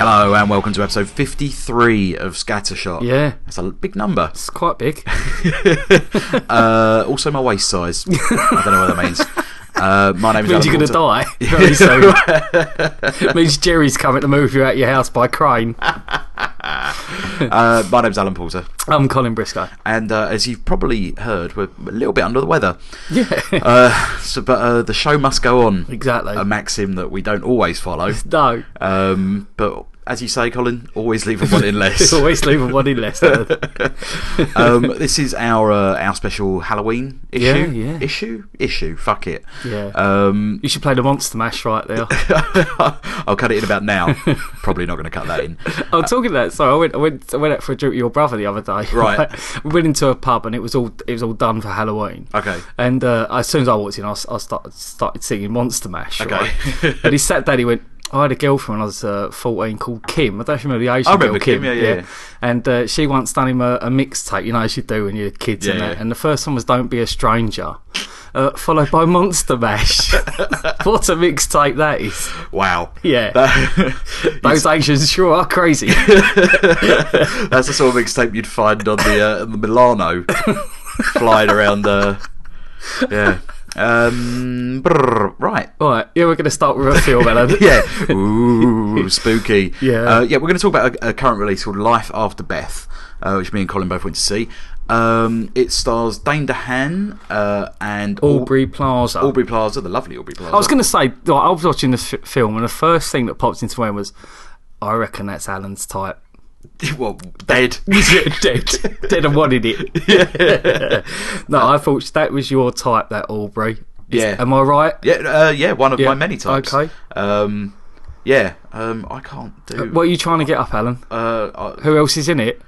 Hello and welcome to episode 53 of Scattershot. Yeah. That's a big number. It's quite big. Uh, also, my waist size. I don't know what that means. Uh, my name is means Alan you're going to Coulter. die very soon. means Jerry's coming to move you out of your house by crane. Uh, my name's Alan Porter. I'm Colin Briscoe. And uh, as you've probably heard, we're a little bit under the weather. Yeah. Uh, so, but uh, the show must go on. Exactly. A maxim that we don't always follow. no. Um, but as you say, Colin, always leave a one in less. Always leaving one in less. than- um, this is our uh, our special Halloween issue. Yeah, yeah. Issue? Issue. Fuck it. Yeah. Um, you should play the Monster Mash right there. I'll cut it in about now. Probably not going to cut that in. I'm talking about. Sorry, I went, I went, I went out for a drink with your brother the other day. Right. we went into a pub and it was all, it was all done for Halloween. Okay. And uh, as soon as I walked in, I, s- I started, started singing Monster Mash. Okay. Right? and he sat down. He went, "I had a girlfriend when I was uh, 14 called Kim. I don't remember the Asian I remember girl, Kim, yeah, yeah, yeah. And uh, she once done him a, a mixtape, you know, as you do when you're kids Yeah, and that. yeah. And the first one was "Don't Be a Stranger." Uh, followed by Monster Mash. what a mixtape that is! Wow. Yeah. That- Those Asians sure are crazy. that's the sort of mixtape you'd find on the, uh, the Milano flying around. Uh, yeah. Um, brr, right. All right, yeah, we're going to start with a film, Alan. Yeah. Ooh, spooky. Yeah. Uh, yeah, we're going to talk about a, a current release called Life After Beth, uh, which me and Colin both went to see. Um, it stars Dane DeHaan uh, and Al- Aubrey Plaza. Aubrey Plaza, the lovely Aubrey Plaza. I was going to say, like, I was watching this f- film, and the first thing that popped into my mind was, I reckon that's Alan's type. well, dead. dead, dead and wanted it. no, I thought that was your type, that Aubrey. Is- Yeah. Am I right? Yeah, uh, yeah, one of my many types. um, okay. Uh, Um, yeah. Um, I can't do. What are you trying to get up, Alan? Uh, I- Who else is in it?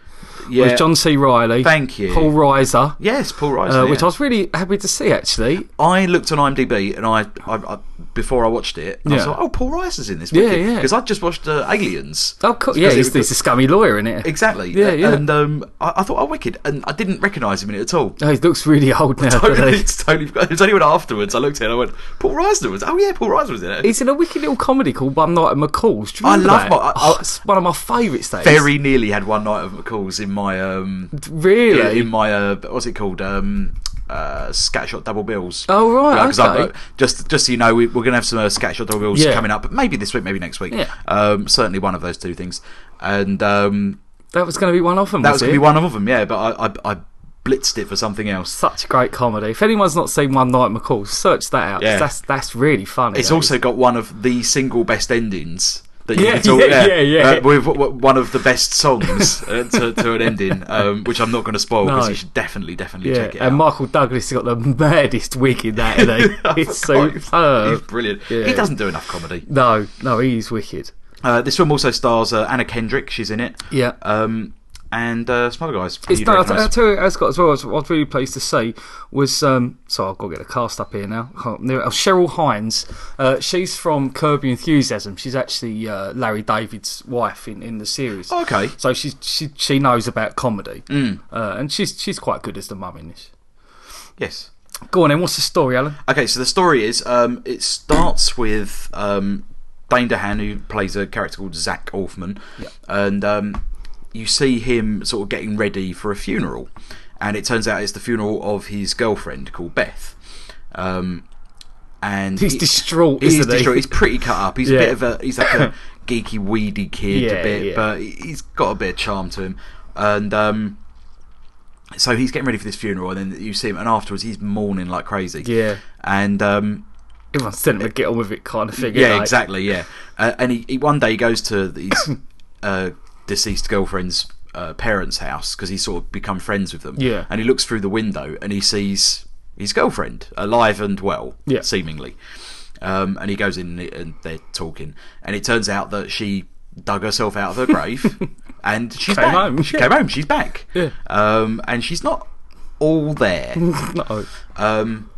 yeah. There's John C. Riley. Thank you. Paul Reiser, Yes, Paul Rice. uh, which I was really happy to see, actually. I looked on IMDb and I, I, I before I watched it, I was Yeah. like, "Oh, Paul Rice is in this." Yeah, yeah. Because I just watched uh, Aliens. Oh, cool. Because Yeah, it he's, was- he's a scummy lawyer, in it? Exactly. Yeah, Uh, yeah. And um, I, I thought, "Oh, wicked!" And I didn't recognise him in it at all. Oh, he looks Oh, really old now. doesn't he? it's totally. forgot- It's only when afterwards I looked at it, and I went, "Paul Reisner was." Oh yeah, Paul Reisner was in it. He's in a wicked little comedy called One Night at McCall's. Do you I remember love that? my- I- Oh, it's one of my favourites. That is. very nearly had one night of McCall's in my um really. in my uh, what's it called um uh scatshot double bills. Oh, right, Uh, 'cause I've, okay. uh, just just so you know, we, we're gonna have some uh, scatshot double bills Yeah. coming up, maybe this week, maybe next week. Yeah. Um, certainly one of those two things, and um, that was going to be one of them. that was was gonna it? be one of them. Yeah, but I I, I blitzed it for something else. Such a great comedy. If anyone's not seen One Night at McCall's, search that out. 'cause Yeah. That's that's really funny. It's that also is. got one of the single best endings. That you Yeah, can talk, yeah, yeah, yeah. Uh, with w- w- one of the best songs uh, to, to an ending, um, which I'm not going to spoil because No. you should definitely, definitely yeah. check it And out. Oh, Michael Douglas has got the maddest wig in that. Isn't he? it's He's superb. brilliant. uh, Yeah. He doesn't do enough comedy. No, no, he's wicked. Uh, this film also stars uh, Anna Kendrick. She's in it. Yeah. uh, Um, and uh, some other guys. It's you'd no, I, I recognise. tell you, what it's got as well. I was, I was really pleased to see was um, so I've got to get the cast up here now. I can't- there- oh, Cheryl Hines, uh, she's from Curb Your Enthusiasm. She's actually uh, Larry David's wife in, in the series. Oh, Mm. okay. so she she she knows about comedy, uh, and she's she's quite good as the mum in this. Yes. Go on, then. What's the story, Alan? Okay, so the story is um, it starts with um, Dane DeHaan, who plays a character called Zach Orfman, Yeah. and um, you see him sort of getting ready for a funeral, and it turns out it's the funeral of his girlfriend called Beth. Um, and He's he- distraught, he's isn't he? distraught. He's pretty cut up. He's Yeah. a bit of a he's like a geeky, weedy kid Yeah, a bit, yeah. but he's got a bit of charm to him, and. Um, so he's getting ready for this funeral, and then you see him, and afterwards he's mourning like crazy. Yeah. And um, Everyone's telling him to get on with it, kind of thing. yeah, innit? exactly. Yeah, uh, and he, he one day he goes to his uh, deceased girlfriend's uh, parents' house because he's sort of become friends with them. Yeah. and he looks through the window and he sees his girlfriend alive and well, Yeah. seemingly. Um, and he goes in and- and they're talking, and it turns out that she dug herself out of her grave, and she's Came back. home, She yeah. came home. She's back. Yeah. Um, and she's not all there. No. Um,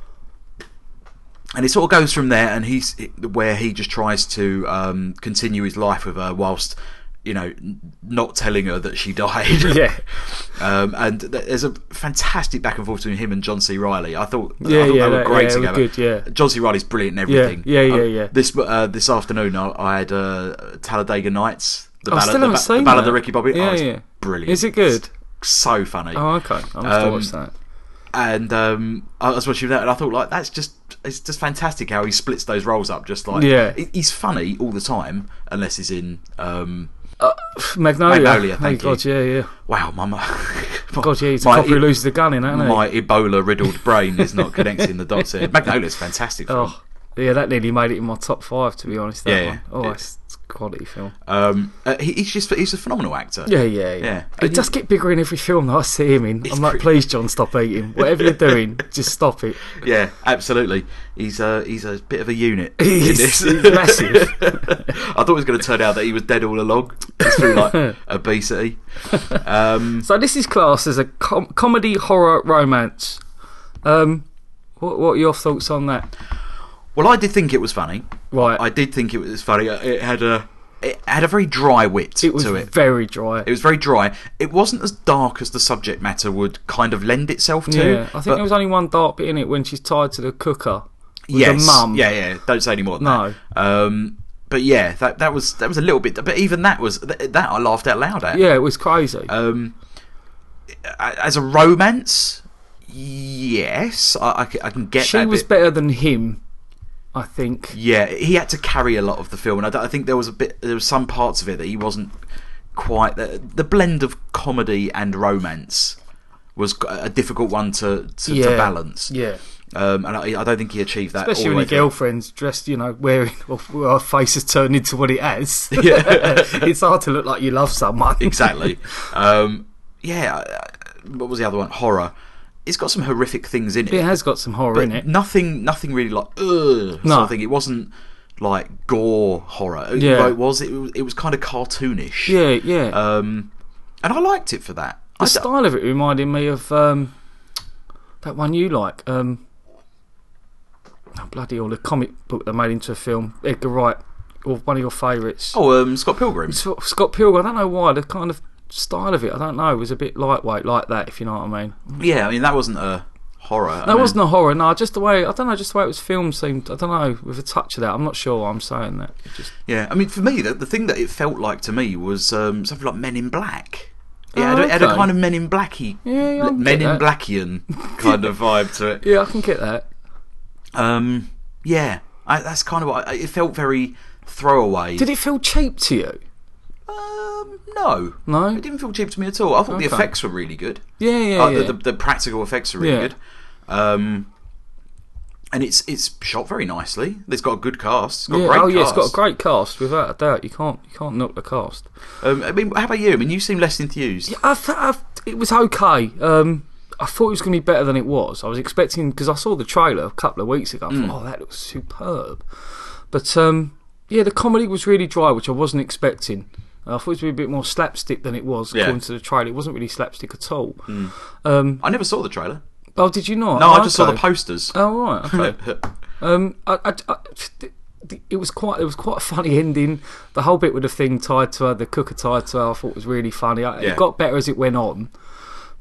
and it sort of goes from there, and he's where he just tries to um, continue his life with her whilst, you know, n- not telling her that she died. Yeah. Um, and th- there's a fantastic back and forth between him and John C. Riley. I thought, I Yeah, thought yeah, they were that- great yeah, they were together. good, yeah. John C. Riley's brilliant in everything. yeah, yeah, Um, yeah. This uh, this afternoon, I, I had uh, Talladega Nights. The I ballad, still the, haven't ba- seen the ballad that. of Ricky Bobby. Yeah, oh, it's yeah. brilliant. Is it good? It's so funny? Oh, okay. I'll have to Um, watch that. And um, I was watching that, and I thought like that's just it's just fantastic how he splits those roles up. Just like Yeah. he- he's funny all the time, unless he's in. Um, Magnolia. Magnolia, Oh, thank you. God, yeah, yeah. wow, my mu- my- God, yeah, he's a my- e-, cop who loses the gun in, ain't he? my Ebola riddled brain is not connecting the dots here. Magnolia's fantastic. Film. Oh, yeah, that nearly made it in my top five, to be honest. That Yeah, one. yeah. Oh, It's- it's, it's a quality film. Um, uh, he, he's just he's a phenomenal actor. Yeah, yeah, yeah. Yeah. It does get bigger in every film that I see him in. I'm like, pretty- please, John, stop eating. Whatever you're doing, just stop it. yeah, absolutely. He's a he's a bit of a unit. in He's, this. he's massive. I thought it was going to turn out that he was dead all along It's through like obesity. Um, So this is classed as a com- comedy horror romance. Um, what what are your thoughts on that? well, I did think it was funny. Right, I did think it was funny. It had a it had a very dry wit it was to it. very dry. It was very dry. It wasn't as dark as the subject matter would kind of lend itself to. yeah, I think but- there was only one dark bit in it when she's tied to the cooker. With yes, the mum. Yeah, yeah. Don't say any more. Than No. That. Um, but yeah, that that was that was a little bit. But even that was th- that I laughed out loud at. yeah, it was crazy. Um, a- as a romance, yes, I, I, c- I can get she that. was bit. better than him, I think. yeah, he had to carry a lot of the film, and I, d- I think there was a bit. There was some parts of it that he wasn't quite the, the blend of comedy and romance was g- a difficult one to to, to Yeah. balance. Yeah, Um, and I, I don't think he achieved that. Uh, all especially the when way your through. girlfriend's dressed, you know, wearing or her face has turned into what it has. Yeah, it's hard to look like you love someone. exactly. um, yeah, uh, what was the other one? Horror. It's got some horrific things in it. It has got some horror in it. Nothing, nothing really like ugh No. sort of thing. It wasn't like gore horror. It- Yeah. well, it was. It was, it was kind of cartoonish. Yeah, yeah. Um, and I liked it for that. I the d- style of it reminded me of um, that one you like. Um, oh, bloody all the comic book they made into a film. Edgar Wright, or one of your favourites. oh, um, Scott Pilgrim. Sort of Scott Pilgrim. I don't know why the kind of style of it. I don't know. was a bit lightweight like that, if you know what I mean. Yeah, I mean that wasn't a horror. That wasn't a horror. No, just the way I don't know. Just the way it was filmed seemed. I don't know with a touch of that. I'm not sure why I'm saying that. It Just Yeah, I mean for me, the, the thing that it felt like to me was um, something like Men in Black. Yeah, Oh, it, had a, it had a okay. kind of Men in Blacky, Yeah, yeah, I can Men get in that. Blackian kind of vibe to it. yeah, I can get that. Um, yeah, I, that's kind of what I, it felt very throwaway. Did it feel cheap to you? um, no, No. it didn't feel cheap to me at all. I thought the Okay. effects were really good. Yeah, yeah, Uh, yeah. the, the, the practical effects are really Yeah. good. Um, and it's it's shot very nicely. It's got a good cast. It's got Yeah, a great oh cast. yeah, it's got a great cast without a doubt. You can't you can't knock the cast. Um, I mean, how about you? I mean, you seem less enthused. I th- I, it was okay. Um, I thought it was going to be better than it was. I was expecting because I saw the trailer a couple of weeks ago. I Mm. thought, oh, that looks superb. But um, yeah, the comedy was really dry, which I wasn't expecting. I thought it would be a bit more slapstick than it was Yeah. according to the trailer. It wasn't really slapstick at all. Um, I never saw the trailer. oh, did you not? No, Oh, I just saw the okay. posters. Oh right, okay. um, I, I, I, it was quite it was quite a funny ending. The whole bit with the thing tied to her, the cooker tied to her, I thought was really funny. I, Yeah. It got better as it went on,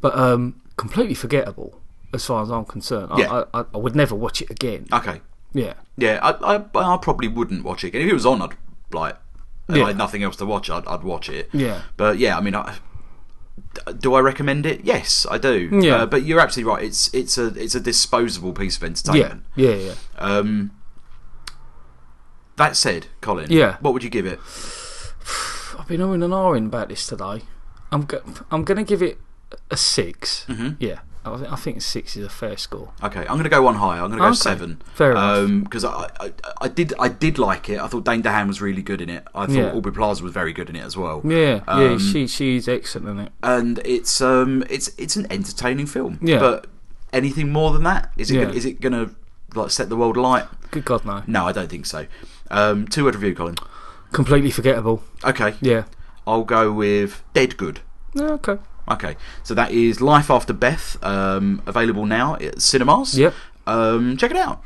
but um, completely forgettable as far as I'm concerned. I- Yeah. Oh. I, I, I would never watch it again. Okay, yeah, yeah, I, I I probably wouldn't watch it again. If it was on, I'd like. and Yeah. I had nothing else to watch. I'd, I'd watch it. Yeah. But yeah, I mean, I, do I recommend it? Yes, I do. Yeah. Uh, but you're absolutely right. It's it's a it's a disposable piece of yeah, entertainment. yeah, yeah. Um. That said, Colin. Yeah. What would you give it? I've been on and ahhing about this today. I'm go- I'm going to give it a 6 Mm-hmm. Yeah, I, thi- I think six is a fair score. Okay, I'm going to go one higher. I'm going to go Okay. seven. Fair enough. Because I, I I did I did like it. I thought Dane DeHaan was really good in it. I thought Yeah. Aubrey Plaza was very good in it as well. Yeah, yeah. Um, She she's excellent in it. and it's um it's it's an entertaining film. Yeah. But anything more than that is it Yeah. gonna, is it going to like set the world alight? Good God, no. No, I don't think so. Um, two word review, Colin. Completely forgettable. Okay, Yeah. I'll go with Dead Good. Yeah, okay. Okay, so that is Life After Beth, um, available now at cinemas. Yep. Um, check it out.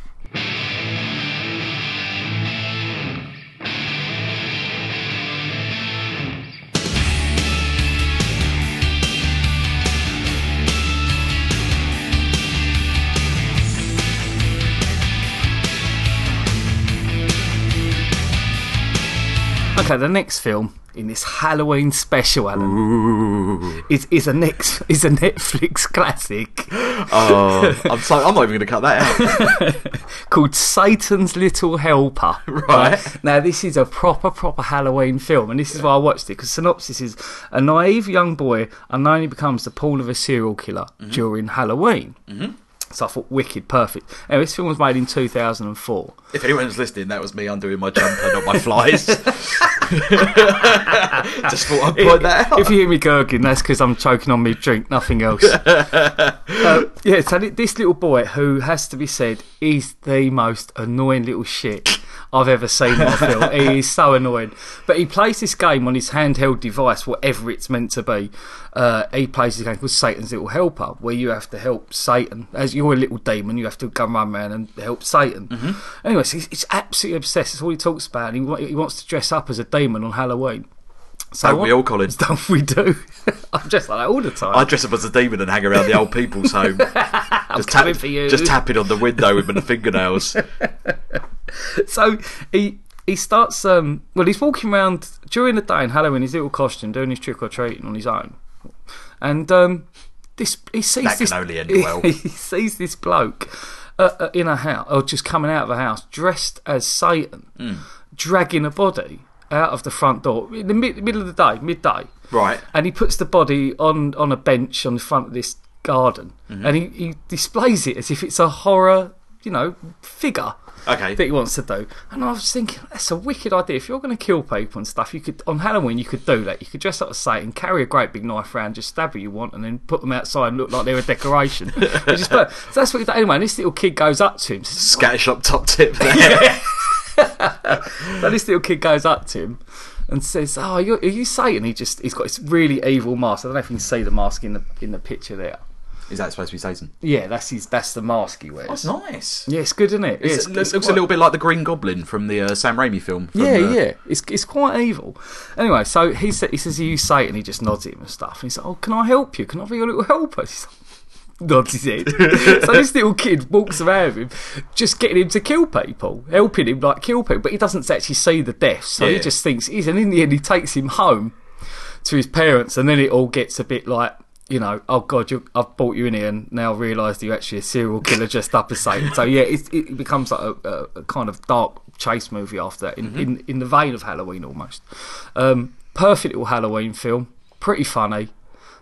Okay, Okay, the next film in this Halloween special, Alan, is, is a next is a Netflix classic Oh, I'm so I'm not even going to cut that out. called Satan's Little Helper. Right. Now, this is a proper, proper Halloween film, and this is why I watched it because synopsis is a naive young boy unknowingly becomes the pawn of a serial killer during Halloween. Mm-hmm. So I thought, wicked, perfect. Now, this film was made in 2004. If anyone's listening, that was me undoing my jumper, not my flies. Just thought I'd point that out. If you hear me gurgling, that's because I'm choking on my drink, nothing else. Uh, yeah, so thi- this little boy, who has to be said, is the most annoying little shit I've ever seen in a film. he is so annoying. But he plays this game on his handheld device, whatever it's meant to be. Uh, he plays this game called Satan's Little Helper, where you have to help Satan. As you're a little demon, you have to go run around and help Satan. Mm-hmm. Anyway, so he's, he's absolutely obsessed. That's all he talks about. And he, wa- he wants to dress up as a demon on Halloween. So Don't we what- all, Colin? don't we do? I'm just like that all the time. I dress up as a demon and hang around the old people's home. just, coming for you. just tapping on the window with my fingernails. so he he starts um well he's walking around during the day in Halloween his little costume doing his trick or treating on his own, and um this he sees That this can only end well. he sees this bloke uh, uh, in a house or just coming out of a house dressed as Satan, Hmm. dragging a body out of the front door in the mid, middle of the day midday. Right. and he puts the body on on a bench on the front of this garden and he, he displays it as if it's a horror you know figure Okay. that he wants to do and i was thinking that's a wicked idea if you're going to kill people and stuff you could on halloween you could do that you could dress up as satan carry a great big knife around just stab who you want and then put them outside and look like they're a decoration Which is perfect. so that's what he did anyway and this little kid goes up to him so Scattish up top tip there. this little kid goes up to him and says oh you're, are you satan he just he's got this really evil mask i don't know if you can see the mask in the in the picture there Is that supposed to be Satan? Yeah, that's his. That's the mask he wears. That's nice. yeah, it's good, isn't it? Yeah, It's- it's, it looks, it's looks a quite- little bit like the Green Goblin from the uh, Sam Raimi film. from, Yeah, uh, yeah, it's it's quite evil. Anyway, so he sa he says, "Are you Satan?" He just nods at him and stuff. And he's like, "Oh, can I help you? Can I be your little helper?" He's like, nods his head. so this little kid walks around with him, just getting him to kill people, helping him like kill people, but he doesn't actually see the death. So he Yeah. just thinks he's, and in the end, he takes him home to his parents, and then it all gets a bit like. You know, oh God, you, I've brought you in here, and now I realise that you're actually a serial killer just up as Satan. So yeah, it, it becomes like a, a, a kind of dark chase movie after that, in, in in the vein of Halloween almost. Um, perfect little Halloween film, pretty funny.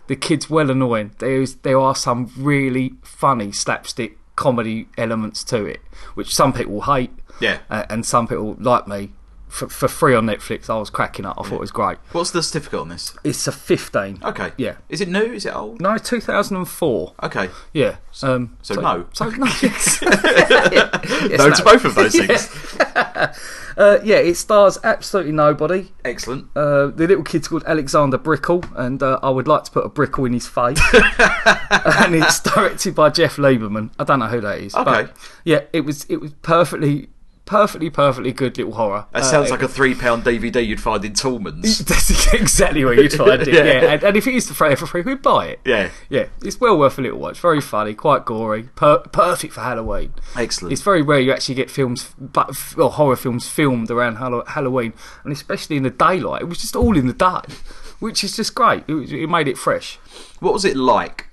The kids well annoying. There is there are some really funny slapstick comedy elements to it, which some people hate, Yeah. uh, and some people like me. For, for free on Netflix, I was cracking up. I thought it was great. What's the certificate on this? It's a 15. Okay. Yeah. Is it new? Is it old? Oh, No, 2004. Okay. Yeah. Um, so no. So no. yes. no to both of those things. Uh, yeah, it stars absolutely nobody. Excellent. Uh, the little kid's called Alexander Brickle, and uh, I would like to put a brickle in his face. and it's directed by Jeff Lieberman. I don't know who that is. Okay. But yeah, it was it was perfectly, perfectly, perfectly good little horror. Uh, That sounds like a three pound DVD you'd find in Toolman's. That's exactly where you'd find it. Yeah. yeah. And, and if it is the free for free, we'd buy it. Yeah. Yeah, it's well worth a little watch. Very funny, quite gory, per- perfect for Halloween. Excellent. It's very rare you actually get films, but well, horror films filmed around Hallow- Halloween, and especially in the daylight. It was just all in the day, which is just great. It, was- it made it fresh. What was it like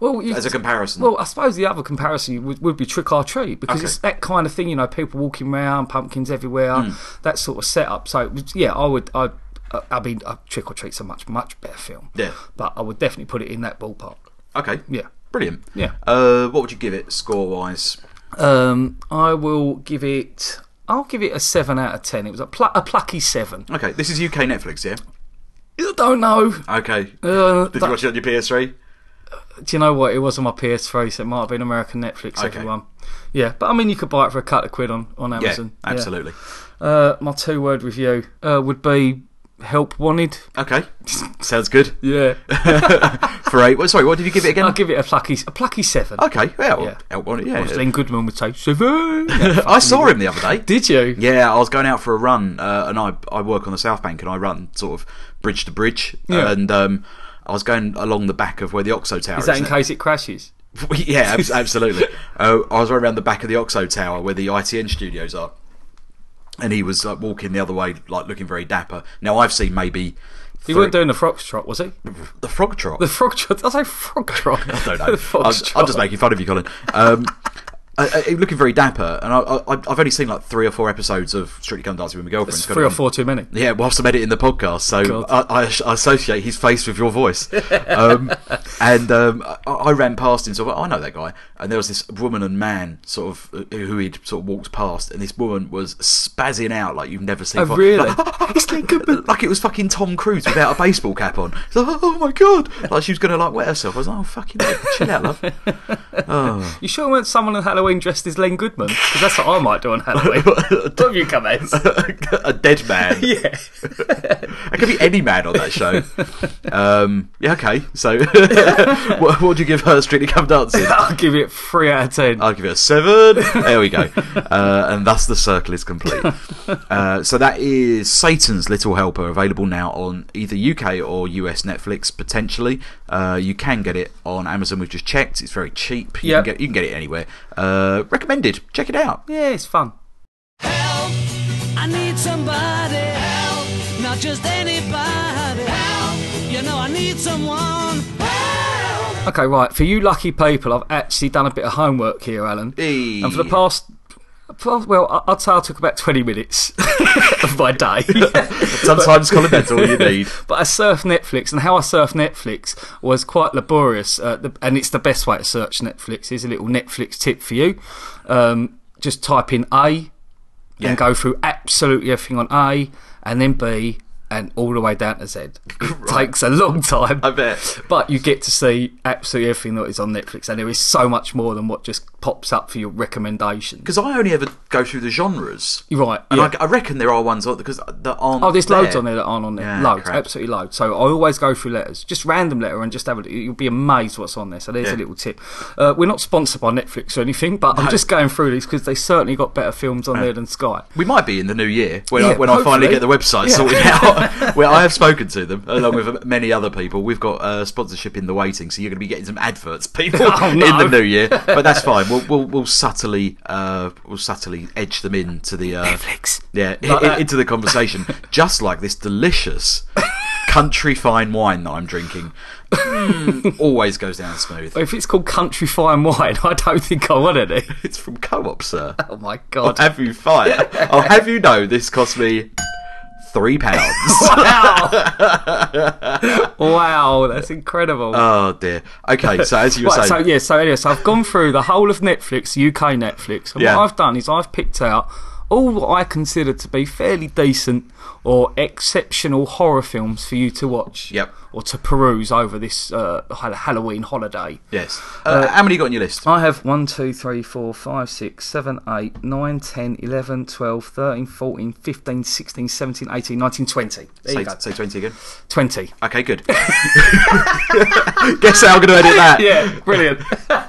Well, you, as a comparison? well, I suppose the other comparison would, would be Trick or Treat because Okay. it's that kind of thing, you know, people walking around, pumpkins everywhere, Hmm. that sort of setup. So it was, yeah, I would, I, I, I mean, uh, Trick or Treat's a much much better film. Yeah. but I would definitely put it in that ballpark. okay. Yeah. Brilliant. Yeah. Uh, what would you give it score wise? Um, I will give it. I'll give it a seven out of ten. It was a, pl- a plucky seven. Okay, this is UK Netflix, yeah. I don't know. Okay. Uh, Did that- you watch it on your PS3? do you know what? It was on my PS3, so it might have been American Netflix. Okay. Everyone. Yeah, but I mean, you could buy it for a couple of quid on on Yeah, Amazon. Yeah. absolutely. Uh, my two word review uh, would be help wanted. Okay, sounds good. Yeah, For eight. Well, sorry, what did you give it again? I'll give it a plucky a plucky seven. okay, well, Yeah. out on it, yeah. Glenn Goodman would say seven. Yeah. I saw him the other day. Did you? Yeah, I was going out for a run, uh, and I I work on the South Bank, and I run sort of bridge to bridge, Yeah. and um, I was going along the back of where the Oxo Tower Is that in now. case it crashes? yeah, abs- absolutely. uh, I was running around the back of the Oxo Tower where the ITN studios are. and he was like, walking the other way, like looking very dapper. Now I've seen maybe He was weren't doing the frog trot, was he? the frog trot. The frog trot. Did I say frog trot. I don't know. I'm, I'm just making fun of you, Colin. Um, I, I, looking very dapper, and I, I, I've only seen like three or four episodes of Strictly Come Dancing with my girlfriend. It's Got three it or on- four too many. Yeah, whilst I'm editing the podcast, so God. I, I, as- I associate his face with your voice. Um, and um, I, I ran past him, so I, I know that guy. And there was this woman and man, sort of, uh, who he'd sort of walked past, and this woman was spazzing out like you've never seen. Oh, before. really? Like, "Ah, it's like, like it was fucking Tom Cruise without a baseball cap on. It's like, oh my god! Like she was gonna like wet herself. I was like, oh fucking hell, chill out, love. Oh. You sure weren't someone on Halloween dressed as Len Goodman? Because that's what I might do on Halloween. what have you come as? a dead man. yeah. It could be any man on that show. Um, yeah, okay. So, what, what would you give her Strictly Come Dancing? I'll give it three out of ten. I'll give it a seven. There we go. Uh, and thus the circle is complete. Uh, so that is Satan's Little Helper, available now on either UK or US Netflix, potentially. Uh, you can get it on Amazon, we've just checked. It's very cheap. You, Yep. can, get, you can get it anywhere. Uh, recommended. Check it out. yeah, it's fun. Help! I need somebody. Help! Not just anybody. Help! You know I need someone. Help! Okay, right. For you lucky people, I've actually done a bit of homework here, Alan. Hey. And for the past, past- well, I- I'd say I took about 20 minutes of my day. Sometimes Colin, that's all you need. But I surf Netflix, and how I surf Netflix was quite laborious. Uh, the, and it's the best way to search Netflix. Here's a little Netflix tip for you. Um, just type in A Yeah. and go through absolutely everything on A, and then B, and all the way down to Z. It takes a long time. I bet. But you get to see absolutely everything that is on Netflix, and there is so much more than what just pops up for your recommendations. Because I only ever go through the genres. You're right. And yeah. I, I reckon there are ones because that aren't. Oh, there's loads on there that aren't on there. Yeah, loads, crap. absolutely loads. So I always go through letters, just random letter, and just have a. You'll be amazed what's on there. So there's Yeah. a little tip. Uh, we're not sponsored by Netflix or anything, but I'm just going through these because they certainly got better films on there than Sky. We might be in the new year when, I, Yeah, when I finally hopefully. get the website Yeah. sorted out. Where I have spoken to them along with many other people. We've got uh, sponsorship in the waiting, so you're going to be getting some adverts, people, Oh, no. in the new year. But that's fine. We'll we'll, we'll subtly uh, we'll subtly edge them into the uh, Netflix. Yeah, i- Like i- that. into the conversation, just like this delicious country fine wine that I'm drinking. Mm, always goes down smooth. If it's called Country Fire and Wine, I don't think I want any. It's from Co-op, sir. Oh my I'll god! have you fire. I'll have you know this cost me three pounds. Wow! wow, that's incredible. oh dear. Okay, so as you were Right, so saying, yeah, so anyway, so I've gone through the whole of Netflix, UK Netflix, and Yeah. what I've done is I've picked out all what I consider to be fairly decent or exceptional horror films for you to watch, Yep. or to peruse over this uh, Hall- Halloween holiday. yes. Uh, how many you got on your list? I have 1, 2, 3, 4, 5, 6, 7, 8, 9, 10, 11, 12, 13, 14, 15, 16, 17, 18, 19, 20. There Say, you go. say twenty again. 20. Okay, good. Guess how I'm going to edit that. yeah, brilliant.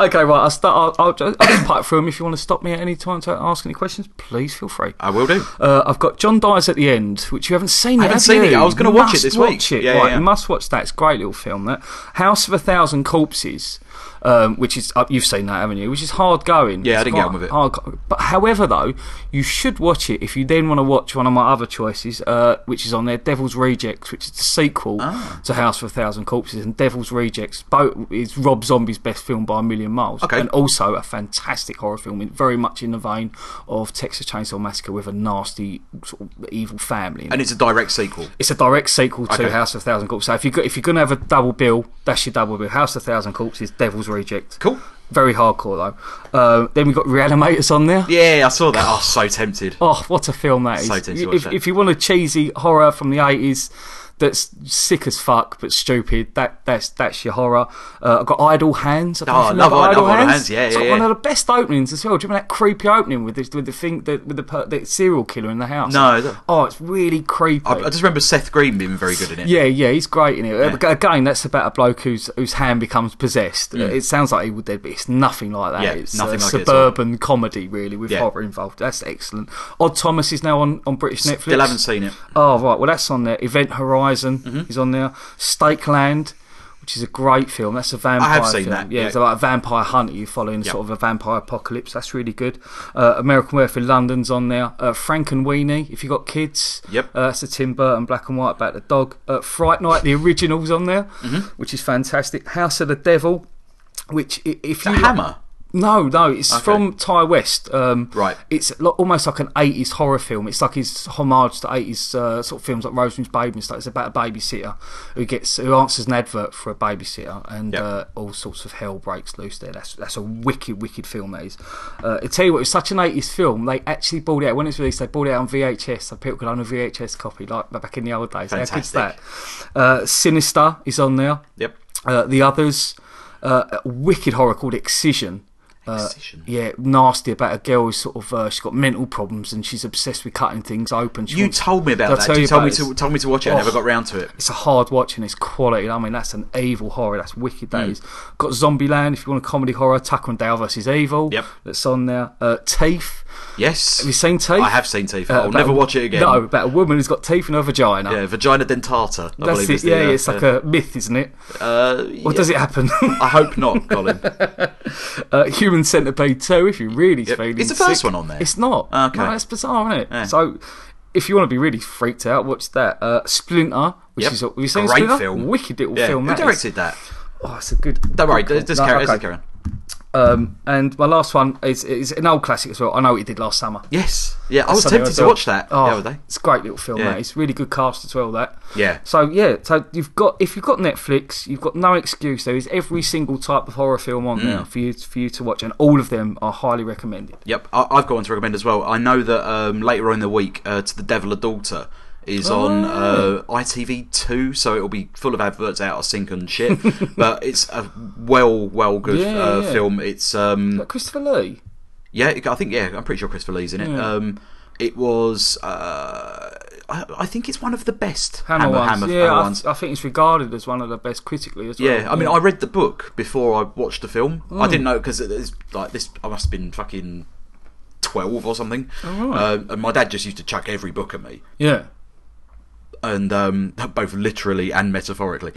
okay, right. I'll start. I'll, I'll, just, I'll just pipe through them. If you want to stop me at any time to ask any questions, please feel free. I will do. Uh, I've got John Dies at the End, which you haven't seen. I haven't seen it yet. I was gonna watch it this week. Watch it. Yeah, yeah, right, yeah. you must watch that. It's a great little film. That House of a Thousand Corpses, um, which is uh, you've seen that, haven't you? Which is hard going. Yeah, I It's didn't get quite on with it. hard go- but however, though, you should watch it if you then want to watch one of my other choices, uh, which is on there, Devil's Rejects, which is the sequel Ah. to House of a Thousand Corpses, and Devil's Rejects both is Rob Zombie's best film by a million miles, Okay. and also a fantastic horror film, in- very much in the vein of Texas Chainsaw Massacre with a nasty sort of evil family. in it And it's a direct sequel. it's a direct sequel to Okay. House of Thousand Corpses. So if you go- if you're gonna have a double bill, that's your double bill. House of Thousand Corpses, Devil's Reject. Cool. Very hardcore though. Uh, then we got Reanimators on there. Yeah, I saw that. Oh, so tempted. Oh, what a film that is! So tempted to watch if, that. if you want a cheesy horror from the eighties that's sick as fuck but stupid, that that's that's your horror. Uh, I've got Idle Hands. I don't know Oh, if you I remember love Idle Hands. Yeah, it's yeah, like yeah. one of the best openings as well. Do you remember that creepy opening with this, with the thing the, with the, per- the serial killer in the house? No, I don't- Oh, it's really creepy. I, I just remember Seth Green being very good in it. Yeah, yeah, he's great in it. Again, that's about a bloke whose whose hand becomes possessed. It sounds like Evil Dead, but it's nothing like that. Mm. Yeah, it's nothing a like it at all. suburban comedy, really, with Yeah. horror involved. That's excellent. Odd Thomas is now on, on British Netflix. Still haven't seen it. Mm-hmm. Oh right, well that's on there. Event Horizon is on there. Stakeland, which is a great film. That's a vampire. I have seen film. that, Yeah, yeah. it's about a vampire hunt. You following Yeah. sort of a vampire apocalypse. That's really good. Uh, American Werewolf in London's on there. Uh, Frank and Weenie. If you got kids. Yep. Uh, that's a Tim Burton black and white about the dog. Uh, Fright Night, the originals on there, Mm-hmm. which is fantastic. House of the Devil. Which, i- if The you Hammer. no, no, it's Okay. from Ty West. Um, Right. It's lo- almost like an 80s horror film. It's like his homage to 80s uh, sort of films like Rosemary's Baby and stuff. It's about a babysitter who gets who answers an advert for a babysitter, and Yep. uh, all sorts of hell breaks loose there. That's that's a wicked, wicked film. That is. Uh, I tell you what, it was such an 80s film. They actually bought it out when it was released. They bought it out on VHS, so people could own a VHS copy, like back in the old days. How Fantastic. good's that? Uh, Sinister is on there. Yep. Uh, the others, uh, a wicked horror called Excision. Uh, Excision. yeah, nasty about a girl who's sort of uh, she's got mental problems and she's obsessed with cutting things open. She You wants- told me Did I about that. tell you you told about me this? to told me to watch it. I Oh. never got round to it. it's a hard watch and it's quality. I mean, that's an evil horror. That's wicked. Hmm. That is. Got Zombieland if you want a comedy horror. Tucker and Dale versus Evil. Yep. That's on there. Uh, Teeth. Yes. Have you seen Teeth? I have seen Teeth. Uh, I'll about never a- watch it again. No, about a woman who's got teeth in her vagina. Yeah, vagina dentata. I That's believe it. is the, yeah, uh, it's like a myth, isn't it? Uh, Or does it happen? I hope not, Colin. uh, Human Centipede 2 if you really Yep. feeling It's the first sick. one on there. Ah, It's not. Okay. No, that's bizarre, isn't it? Yeah. So if you want to be really freaked out, watch that. Uh, Splinter, which Yep. is a, have you seen Great Splinter? film. Wicked little yeah, film. who that is. directed that? Oh, it's a good. Don't worry, good just, just call. carry, No, just okay. carry on. Um, and my last one is, is an old classic as well. I know what you did last summer. Yes, yeah, I was Sunday tempted as to well. watch that Oh, the other day. It's a great little film, Yeah. that. It's really good cast as well, that. Yeah. So yeah, so you've got if you've got Netflix, you've got no excuse. There is every single type of horror film Mm. on there for you for you to watch, and all of them are highly recommended. Yep, I, I've got one to recommend as well. I know that um, later on in the week, uh, "To the Devil a Daughter" is on Oh. uh, ITV2, so it'll be full of adverts out of sync and shit. but it's a well, well good Yeah, uh, yeah. film. It's um, Like Christopher Lee. Yeah, I think yeah, I'm pretty sure Christopher Lee's in it. Um, it was, uh, I, I think it's one of the best Hammer, ones. yeah, I, ones. I think it's regarded as one of the best critically as well. yeah, I mean, I read the book before I watched the film. Mm. I didn't know because it's like this. I must have been fucking twelve or something. Oh, Uh, and my dad just used to chuck every book at me, yeah. and um, both literally and metaphorically.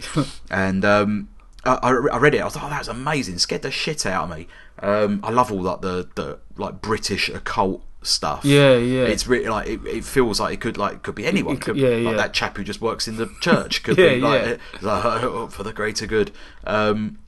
and um, I, I I read it. I was like, oh, that was amazing. Scared the shit out of me. Um, I love all like the the like British occult stuff. Yeah, yeah. It's really like it, it feels like it could like could be anyone. could- could, yeah, like yeah. that chap who just works in the church could Yeah, be like, yeah. it's like, oh, for the greater good. Um,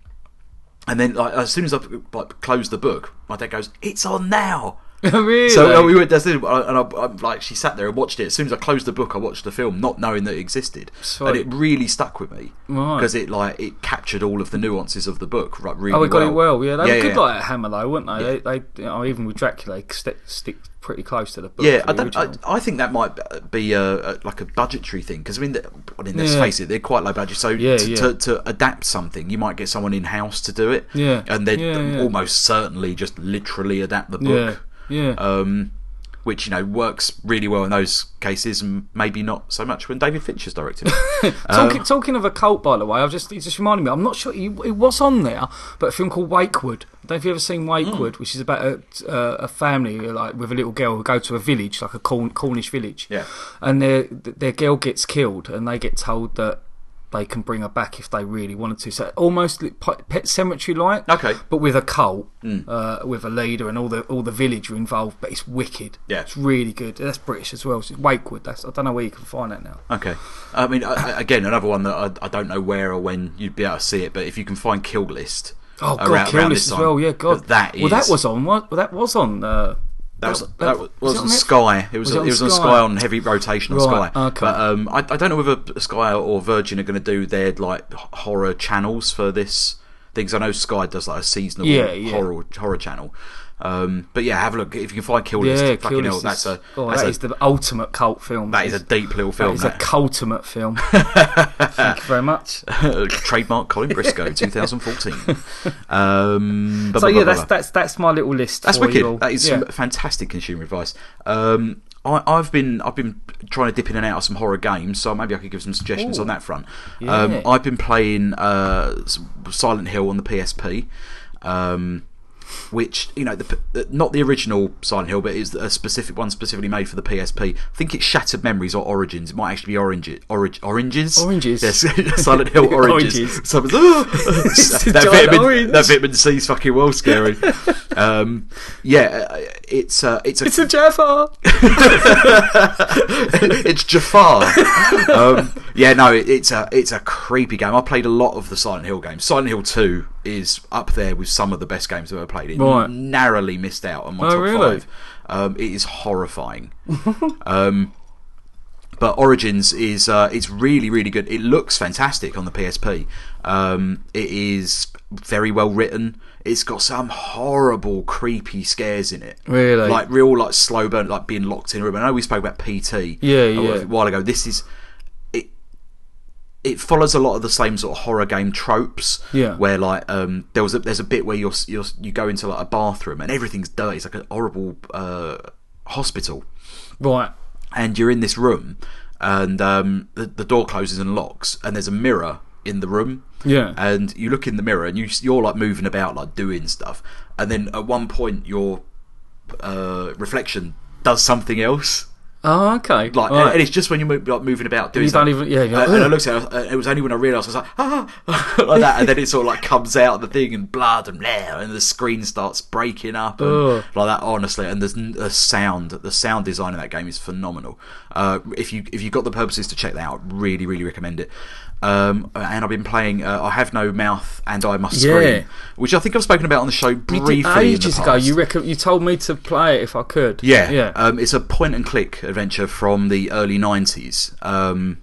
and then like as soon as I like closed the book, my dad goes, "It's on now." really? So uh, we went downstairs, and I, and I, I like she sat there and watched it. As soon as I closed the book, I watched the film, not knowing that it existed, Sweet. and it really stuck with me Right. because it like it captured all of the nuances of the book right really. Oh, we got well. it well. Yeah, they yeah, were good yeah. like at Hammer, though, weren't they? They, they you know, even with Dracula, they stick, stick pretty close to the book. Yeah, the I don't. I, original. I think that might be a, a, like a budgetary thing because I mean, the- I mean, let's Yeah. face it, they're quite low budget. So Yeah, to, yeah. To, to adapt something, you might get someone in house to do it. Yeah. and they'd Yeah, yeah. almost certainly just literally adapt the yeah, book. yeah. Um, which you know works really well in those cases, and maybe not so much when David Fincher's directing. it. Talking, talking of a cult, by the way, I was just it just reminded me. I'm not sure it it was on there, but a film called Wakewood. I don't know if you ever seen Hmm. Wakewood, which is about a, uh, a family like with a little girl who go to a village, like a Corn- Cornish village. Yeah. and their their girl gets killed, and they get told that they can bring her back if they really wanted to. So almost li- Pet- Pet Cemetery like, Okay. Hmm. but with a cult, uh, with a leader, and all the all the village are involved. But it's wicked. Yeah. it's really good. That's British as well. So Wakewood. That's I don't know where you can find that now. okay, I mean, I, I- again, another one that I, I don't know where or when you'd be able to see it, but if you can find Kill List. Oh god, around- Kill around List this as time, well. Yeah, god. but That is, well, that was on. What? Well, that was on. Uh, That was, that was, it on Netflix? Sky. It was, Was it it on was on Sky? Sky on heavy rotation on Right, Sky. okay. But um, I, I don't know whether Sky or Virgin are going to do their like h- horror channels for this things. I know Sky does like a seasonal Yeah, yeah. horror horror channel. Um, but yeah, have a look if you can find Kill List. Yeah, fucking Kill hell, List. that's That's a oh, that's that a, is the ultimate cult film. that is a deep little That film. is a that. cultimate film. Thank you very much. Trademark Colin Briscoe, 2014. Um, blah, blah, So blah, yeah, that's blah. that's that's my little list. That's for you wicked. all. That is Yeah. some fantastic consumer advice. Um, I, I've been I've been trying to dip in and out of some horror games, so maybe I could give some suggestions on that front. Um, Yeah. I've been playing uh, s- Silent Hill on the PSP. Um, which you know, the, p- the, not the original Silent Hill, but is a specific one specifically made for the PSP. I think it's Shattered Memories or Origins. It might actually be Orange, orange Oranges. Oranges. Yes, Silent Hill Oranges. Oranges. So it was, "Oh!" It's a that, giant vitamin, orange. that vitamin C's fucking well scary. um, yeah, uh, it's uh, it's a It's a Jaffa. it's Jafar. um, yeah, no, it, it's a it's a creepy game. I played a lot of the Silent Hill games. Silent Hill Two is up there with some of the best games I've ever played. It Right. narrowly missed out on my Oh, top really? five. Um, it is horrifying. um, but Origins is uh, it's really really good. It looks fantastic on the PSP. Um, it is very well written. It's got some horrible, creepy scares in it. Really? like real, like slow burn, like being locked in a room. I know we spoke about PT Yeah, a yeah. while ago. This is it. It follows a lot of the same sort of horror game tropes. Yeah. where like um, there was a, there's a bit where you're, you're you go into like a bathroom and everything's dirty. It's like a horrible uh, hospital Right. and you're in this room, and um, the, the door closes and locks, and there's a mirror in the room. Yeah. And you look in the mirror, and you s- you're like moving about, like doing stuff, and then at one point your uh, reflection does something else. Oh, okay. Like, Right. and it's just when you're mo- like, moving about doing You don't something. even- yeah, you're and, like, and I "Ugh." looked at it, and it was only when I realised I was like, ah, like that, and then it sort of like comes out the thing and blood and blah, and the screen starts breaking up and Ugh. like that. Honestly, and there's n- the sound, the sound design in that game is phenomenal. Uh, if you if you got the purposes to check that out, really really recommend it. Um, and I've been playing uh, I Have No Mouth and I Must Yeah. Scream, which I think I've spoken about on the show You did briefly. ages in the ago, past. you reco- you told me to play it if I could. Yeah, yeah. Um, it's a point and click adventure from the early nineties. Um,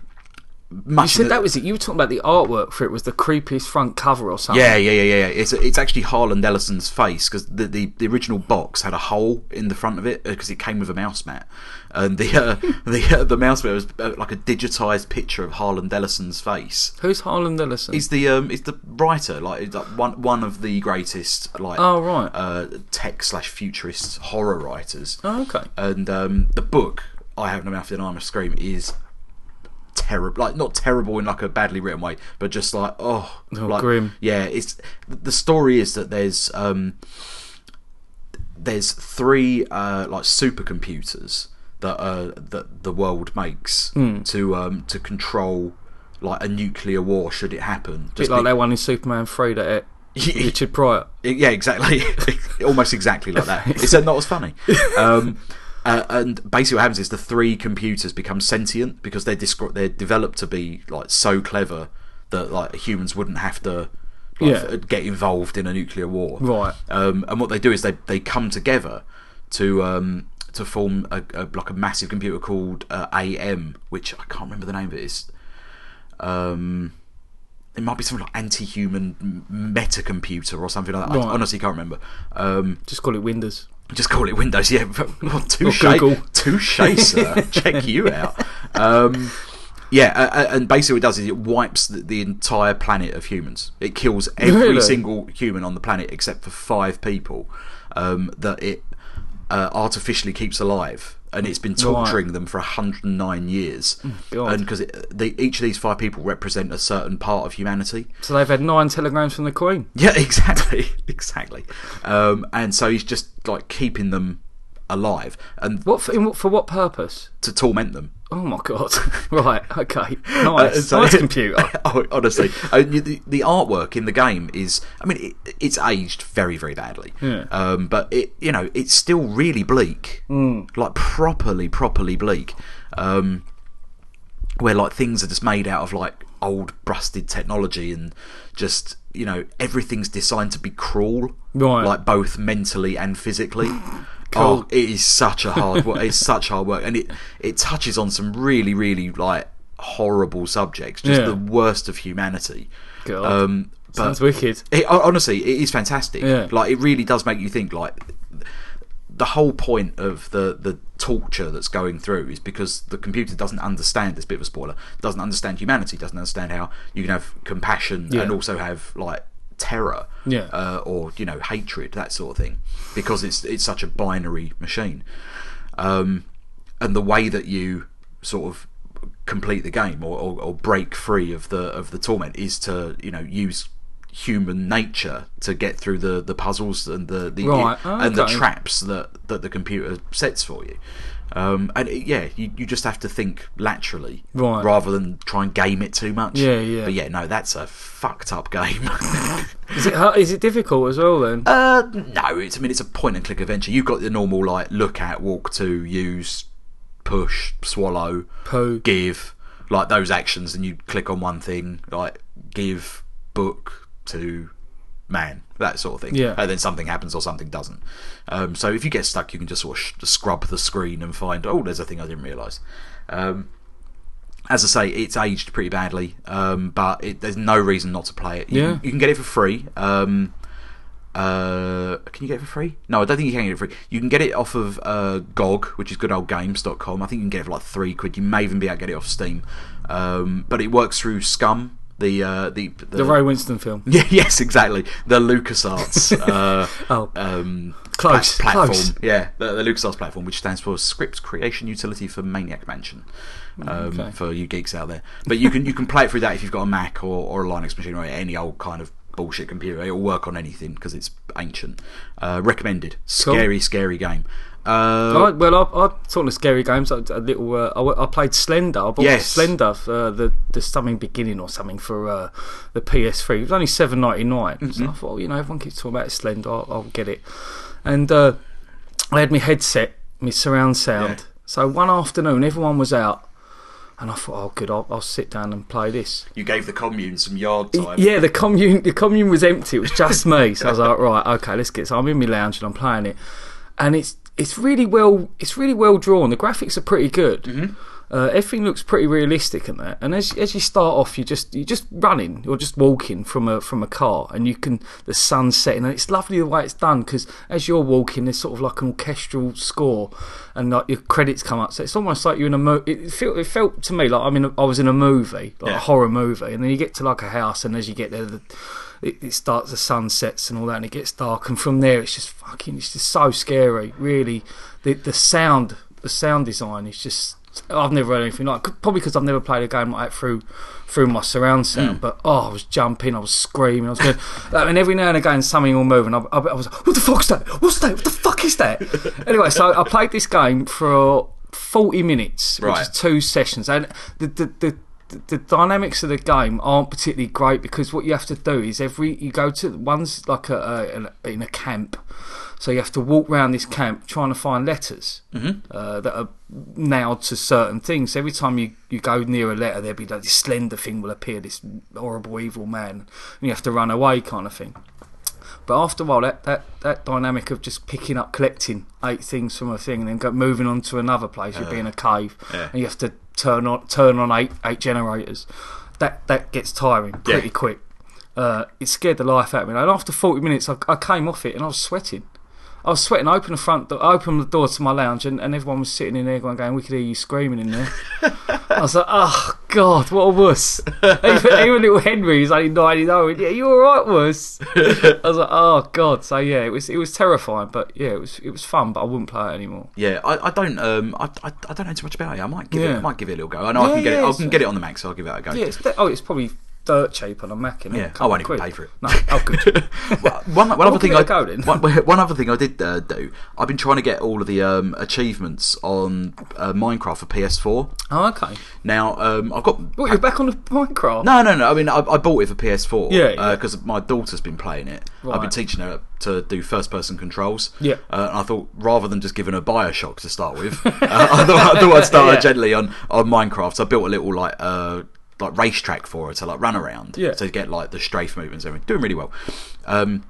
much you of said the- that was it. You were talking about the artwork for it was the creepiest front cover or something. Yeah, yeah, yeah, yeah. yeah. It's it's actually Harland Ellison's face because the, the the original box had a hole in the front of it because it came with a mouse mat, and the uh, the uh, the mouse mat was uh, like a digitized picture of Harland Ellison's face. Who's Harlan Ellison? He's the um, he's the writer, like, he's, like one one of the greatest like Oh, right. uh, tech slash futurist horror writers. Oh, okay. And um, the book I have no mouth and I must scream is terrible, like not terrible in like a badly written way, but just like oh, like, grim. Yeah, it's the story is that there's um, there's three uh, like supercomputers that uh, that the world makes Hmm. to um, to control like a nuclear war should it happen. bit Just like that one in Superman 3 that it, Richard Pryor. yeah, exactly, almost exactly like that. It's uh, not as funny. Um, uh, and basically, what happens is the three computers become sentient because they're descri- they're developed to be like so clever that like humans wouldn't have to. Like, Yeah. f- get involved in a nuclear war, Right. Um, and what they do is they, they come together to um, to form a, a like a massive computer called uh, AM, which I can't remember the name of it. It's, um, it might be something like anti-human m- metacomputer or something like that. Right. I honestly can't remember. Um, Just call it Windows. just call it Windows. Yeah, but well, touche, Google. touche, sir. Check you out. Um, yeah, uh, uh, and basically what it does is it wipes the, the entire planet of humans. It kills every Really? single human on the planet except for five people um, that it uh, artificially keeps alive. And it's been torturing them for 109 years. Mm, God. And because each of these five people represent a certain part of humanity. So they've had nine telegrams from the Queen. Yeah, exactly, exactly. Um, and so he's just like keeping them alive and What for, in, what- for what purpose? to torment them. Oh my god. right, okay. Uh, Nice. so- nice computer. oh, honestly, I mean, the, the artwork in the game is—I mean, it, it's aged very, very badly. Yeah. Um, but it, you know, it's still really bleak, Mm. like properly, properly bleak. Um, where like things are just made out of like old, rusted technology, and just you know everything's designed to be cruel, Right. Like both mentally and physically. Oh, it is such a hard work. It's such hard work, and it it touches on some really, really like horrible subjects. Just Yeah. the worst of humanity. God. Um, but Sounds wicked. it, hon- honestly, it is fantastic. Yeah. Like it really does make you think. Like the whole point of the the torture that's going through is because the computer doesn't understand this bit of a spoiler. Doesn't understand humanity. Doesn't understand how you can have compassion Yeah. and also have like terror. Yeah. Uh, or you know hatred that sort of thing because it's it's such a binary machine. Um, and the way that you sort of complete the game or, or, or break free of the of the torment is to you know use human nature to get through the, the puzzles and the, the Right, and the okay. traps that, that the computer sets for you. Um, and it- yeah, you, you just have to think laterally Right. rather than try and game it too much. Yeah, yeah. But yeah, no, that's a fucked up game. Is it hard- is it difficult as well then? Uh, no, it's I mean it's a point and click adventure. You've got the normal like look at, walk to, use, push, swallow, Poo. give, like those actions, and you click on one thing, like give, book to, man, that sort of thing. Yeah. and then something happens or something doesn't. Um, so if you get stuck, you can just sort of sh- scrub the screen and find oh, there's a thing I didn't realise. Um, as I say, it's aged pretty badly, um, but it, there's no reason not to play it. You, Yeah. you can get it for free. Um, uh, can you get it for free? No, I don't think you can get it for free. You can get it off of uh, GOG, which is goodoldgames.com. I think you can get it for like three quid. You may even be able to get it off Steam, um, but it works through Scum, the uh, the The Ray Winston film. yeah, yes, exactly. The LucasArts uh, Oh. um, Close, pla- platform. close. Yeah, the, the LucasArts platform, which stands for Script Creation Utility for Maniac Mansion. Um, Mm, Okay. For you geeks out there, but you can you can play it through that if you've got a Mac or, or a Linux machine or any old kind of bullshit computer. It'll work on anything because it's ancient. Uh, recommended. Scary, scary game. Uh, I, well, I, I talking of scary games. I, a little, uh, I, w- I played Slender. I bought Yes. Slender, uh, the the something beginning or something for uh, the PS3. It was only seven ninety Mm-hmm. So I thought, you know, everyone keeps talking about Slender. I'll, I'll get it. And uh, I had my headset, my surround sound. Yeah. So one afternoon, everyone was out, and I thought, oh, good, I'll, I'll sit down and play this. You gave the commune some yard time. Yeah, the commune the commune was empty. It was just me. So I was like, right, okay, let's get. So I'm in my lounge and I'm playing it, and it's it's really well it's really well drawn. The graphics are pretty good. Uh, everything looks pretty realistic in that. And as as you start off, you just you just running or just walking from a from a car, and you can the sun setting, and it's lovely the way it's done because as you're walking, there's sort of like an orchestral score, and like your credits come up. So it's almost like you're in a mo. It felt it felt to me like I'm in a, I was in a movie, like Yeah. a horror movie, and then you get to like a house, and as you get there, the, it, it starts the sun sets and all that, and it gets dark, and from there it's just fucking it's just so scary. Really, the the sound the sound design is just. I've never heard anything like probably because I've never played a game like that through through my Mm. surround sound. But oh, I was jumping, I was screaming, I was going, I mean, every now and again something will move, and I, I, I was like, "What the fuck's that? What's that? What the fuck is that?" anyway, so I played this game for forty minutes, which Right. is two sessions, and the the, the the dynamics of the game aren't particularly great because what you have to do is every you go to one's like a, a in a- in a camp, so you have to walk around this camp trying to find letters Mm-hmm. uh, that are nailed to certain things. Every time you, you go near a letter, there'll be like this slender thing will appear, this horrible evil man, and you have to run away kind of thing. But after a while, that, that, that dynamic of just picking up, collecting eight things from a thing, and then go, moving on to another place, you'd be in a cave, yeah. and you have to turn on turn on eight eight generators. That that gets tiring pretty Yeah. quick. Uh, it scared the life out of me. And after forty minutes, I, I came off it and I was sweating. I was sweating. I opened the front door, I opened the door to my lounge, and, and everyone was sitting in there going, going, "We could hear you screaming in there." I was like, "Oh God, what a wuss!" even, even little Henry, who's only nine years old. Yeah, you all right, wuss? I was like, "Oh God!" So yeah, it was it was terrifying, but yeah, it was it was fun, but I wouldn't play it anymore. Yeah, I, I don't um I, I, I don't know too much about it. I might give it Yeah. I might give it a little go. I know I Yeah, can get yeah, it I it's- can get it on the Mac, so I'll give it a go. Yeah, it's de- oh, it's probably dirt cheap on a Mac. Isn't it? Yeah, Couple I won't of even quid. pay for it. No, oh good. Well, one, one I'll other thing give it I a go then. one, one other thing I did uh, do. I've been trying to get all of the um, achievements on uh, Minecraft for PS4. oh okay. Now um, I've got What you're back on the Minecraft? no no no. I mean I, I bought it for PS4. Yeah, yeah. Because uh, my daughter's been playing it. I've been Right. teaching her to do first person controls. Yeah. Uh, and I thought rather than just giving her Bioshock to start with, uh, I, thought, I thought I'd start her Yeah. gently on on Minecraft. So I built a little like uh like racetrack for her to like run around. Yeah. To get like the strafe movements and everything. Doing really well. Um,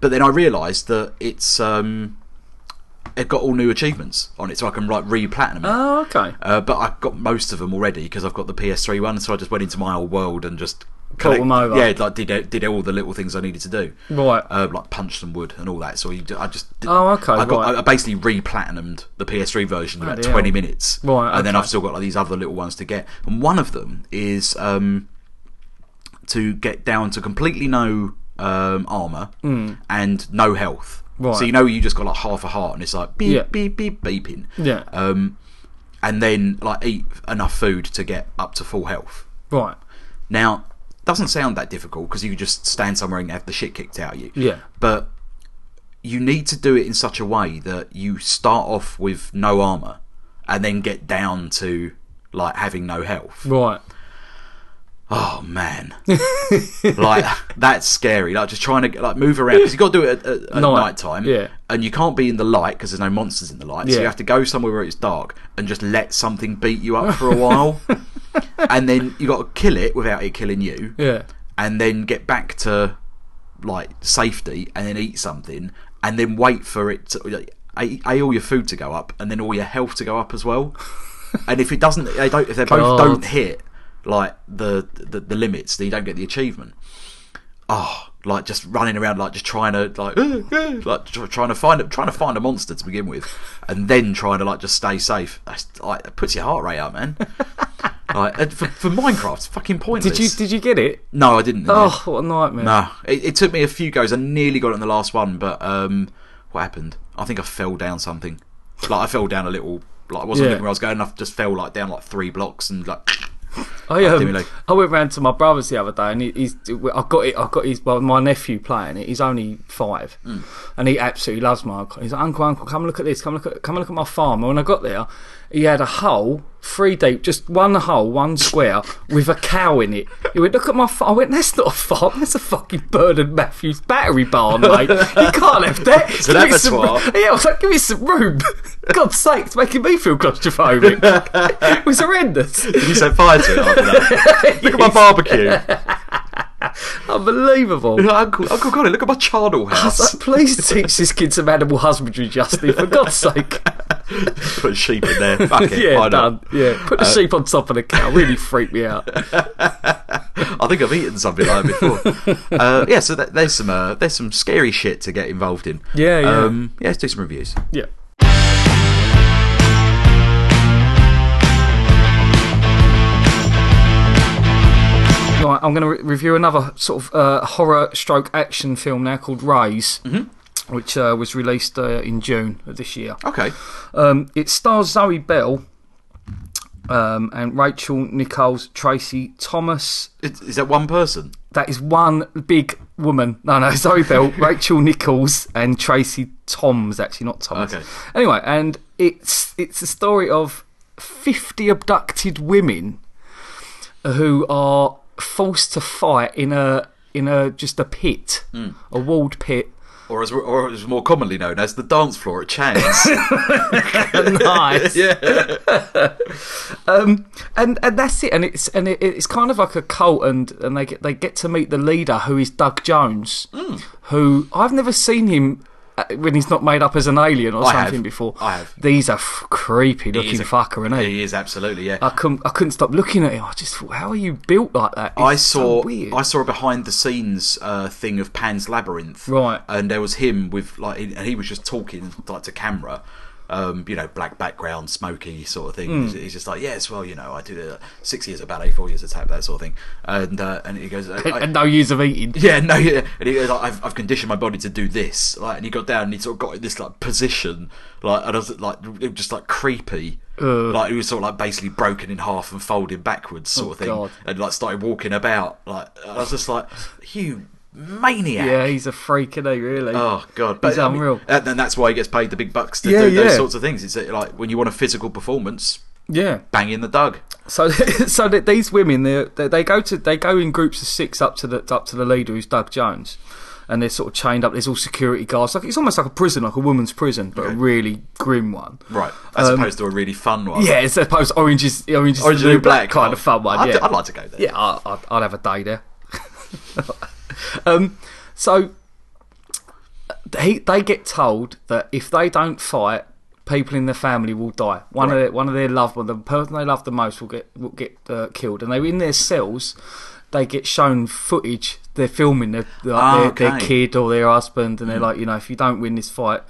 but then I realised that it's um, it got all new achievements on it, so I can like re-platinum it. Oh okay. Uh, but I've got most of them already because I've got the PS3 one, so I just went into my old world and just collect- them over. Yeah, like did uh, did all the little things I needed to do. Right. Uh, like punch some wood and all that. So you, do- I just did, Oh, okay, I, got, right. I- I basically re-platinumed the PS3 version in about Bloody twenty hell. minutes, Right, and then okay. I've still got like these other little ones to get. And one of them is um, to get down to completely no um, armor and no health. Hmm. Right. So you know you just got like half a heart, and it's like beep Yeah. beep beep beeping. Yeah. Um, and then like eat enough food to get up to full health. right. Now doesn't sound that difficult because you just stand somewhere and have the shit kicked out of you. Yeah. But you need to do it in such a way that you start off with no armor and then get down to like having no health. Right. Oh man, like that's scary. Like just trying to like move around because you got to do it at, at Night. night time. Yeah. and you can't be in the light because there's no monsters in the light. So Yeah. you have to go somewhere where it's dark and just let something beat you up for a while, and then you got to kill it without it killing you. Yeah. and then get back to like safety and then eat something and then wait for it to like, eat, eat all your food to go up and then all your health to go up as well and if it doesn't they don't if they both God. don't hit like the, the the limits then you don't get the achievement oh like just running around like just trying to like like tr- trying to find a, trying to find a monster to begin with and then trying to like just stay safe that's like it puts your heart rate up man like and for, for minecraft it's fucking pointless Did you did you get it? no i didn't in the end. Oh, what a nightmare. No, it, it took me a few goes. I nearly got it in the last one, but um, what happened? I think I fell down something. Like I fell down a little. Like I wasn't Yeah. looking where I was going. I just fell like down like three blocks and like. I, give me um, like- I went round to my brother's the other day, and he, he's I got it. I got his well, my nephew playing it. He's only five, and he absolutely loves my uncle. He's like, uncle, uncle, come and look at this. Come and look at come and look at my farm. And when I got there, he had a hole three deep, just one hole, one square with a cow in it. He went, look at my farm. I went, that's not a farm. That's a fucking Bird and Matthews battery barn, mate. You can't have that. an Give me some- abattoir. yeah, I was like, give me some room. God's sake, it's making me feel claustrophobic. it was horrendous. You set fire to it after that. Look at my barbecue. Unbelievable. Uncle, Uncle Colin, look at my charnel house. Please teach this kid some animal husbandry, Justin, for God's sake. Put sheep in there. Fuck it. Yeah, why done. not? Uh, Yeah, put the sheep on top of the cow. Really freaked me out. I think I've eaten something like that before. uh, yeah, so th- there's some uh, there's some scary shit to get involved in. Yeah, yeah. Um, yeah, let's do some reviews. Yeah. Right, I'm going to re- review another sort of uh, horror stroke action film now called Rise, Mm-hmm. which uh, was released uh, in June of this year. Okay. Um, it stars Zoe Bell um, and Rachel Nichols, Tracy Thomas. Is, is that one person? That is one big woman. No, no, Zoe Bell, Rachel Nichols, and Tracy Toms. Actually, not Thomas. Okay. Anyway, and it's it's a story of fifty abducted women who are forced to fight in a in a just a pit, a walled pit. Or as, or as more commonly known as the dance floor at Chang's. nice. yeah. um, and and that's it. And it's and it, it's kind of like a cult, and and they get they get to meet the leader, who is Doug Jones, Hmm. who I've never seen him. uh, When he's not made up as an alien or I have. something before, I have. These are f- creepy looking a- fucker, and He is absolutely, yeah. I couldn't, I couldn't stop looking at him. I just thought, how are you built like that? It's I so saw weird. I saw a behind the scenes uh, thing of Pan's Labyrinth, Right. And there was him with like, he- and he was just talking like to camera, um, you know, black background, smoky sort of thing. Hmm. He's, he's just like, yes, well, you know, I did uh, six years of ballet, four years of tap, that sort of thing. And uh, and he goes, I- I- and no use of eating. yeah, no, yeah. And he goes, like, I've, I've conditioned my body to do this. Like, and he got down and he sort of got in this like position, like, and I was like, it was just like creepy. Uh. Like he was sort of like basically broken in half and folded backwards, sort of thing, Oh, God. and like started walking about. Like and I was just like, you maniac. Yeah, he's a freak, isn't he? Really? Oh god, He's unreal. and then that's why he gets paid the big bucks to Yeah, do yeah. those sorts of things. It's uh, like when you want a physical performance, yeah. bang in the dug. So, so that these women, they they go to they go in groups of six up to the up to the leader, who's Doug Jones, and they're sort of chained up. There's all security guards. Like it's almost like a prison, like a woman's prison, but a really grim one. Right, as opposed to a really fun one. Um, Yeah, it's opposed to orange is orange is Orange the and new New Black black kind of fun one. I'd, yeah, I'd like to go there. yeah, I, I'd, I'd have a day there. um, so he, they get told that if they don't fight, people in their family will die. One of their, one of their loved one, the person they love the most, will get will get uh, killed. And they're in their cells. They get shown footage. They're filming their their, Ah, their- their okay. Hmm. kid or their husband, and they're like, you know, if you don't win this fight,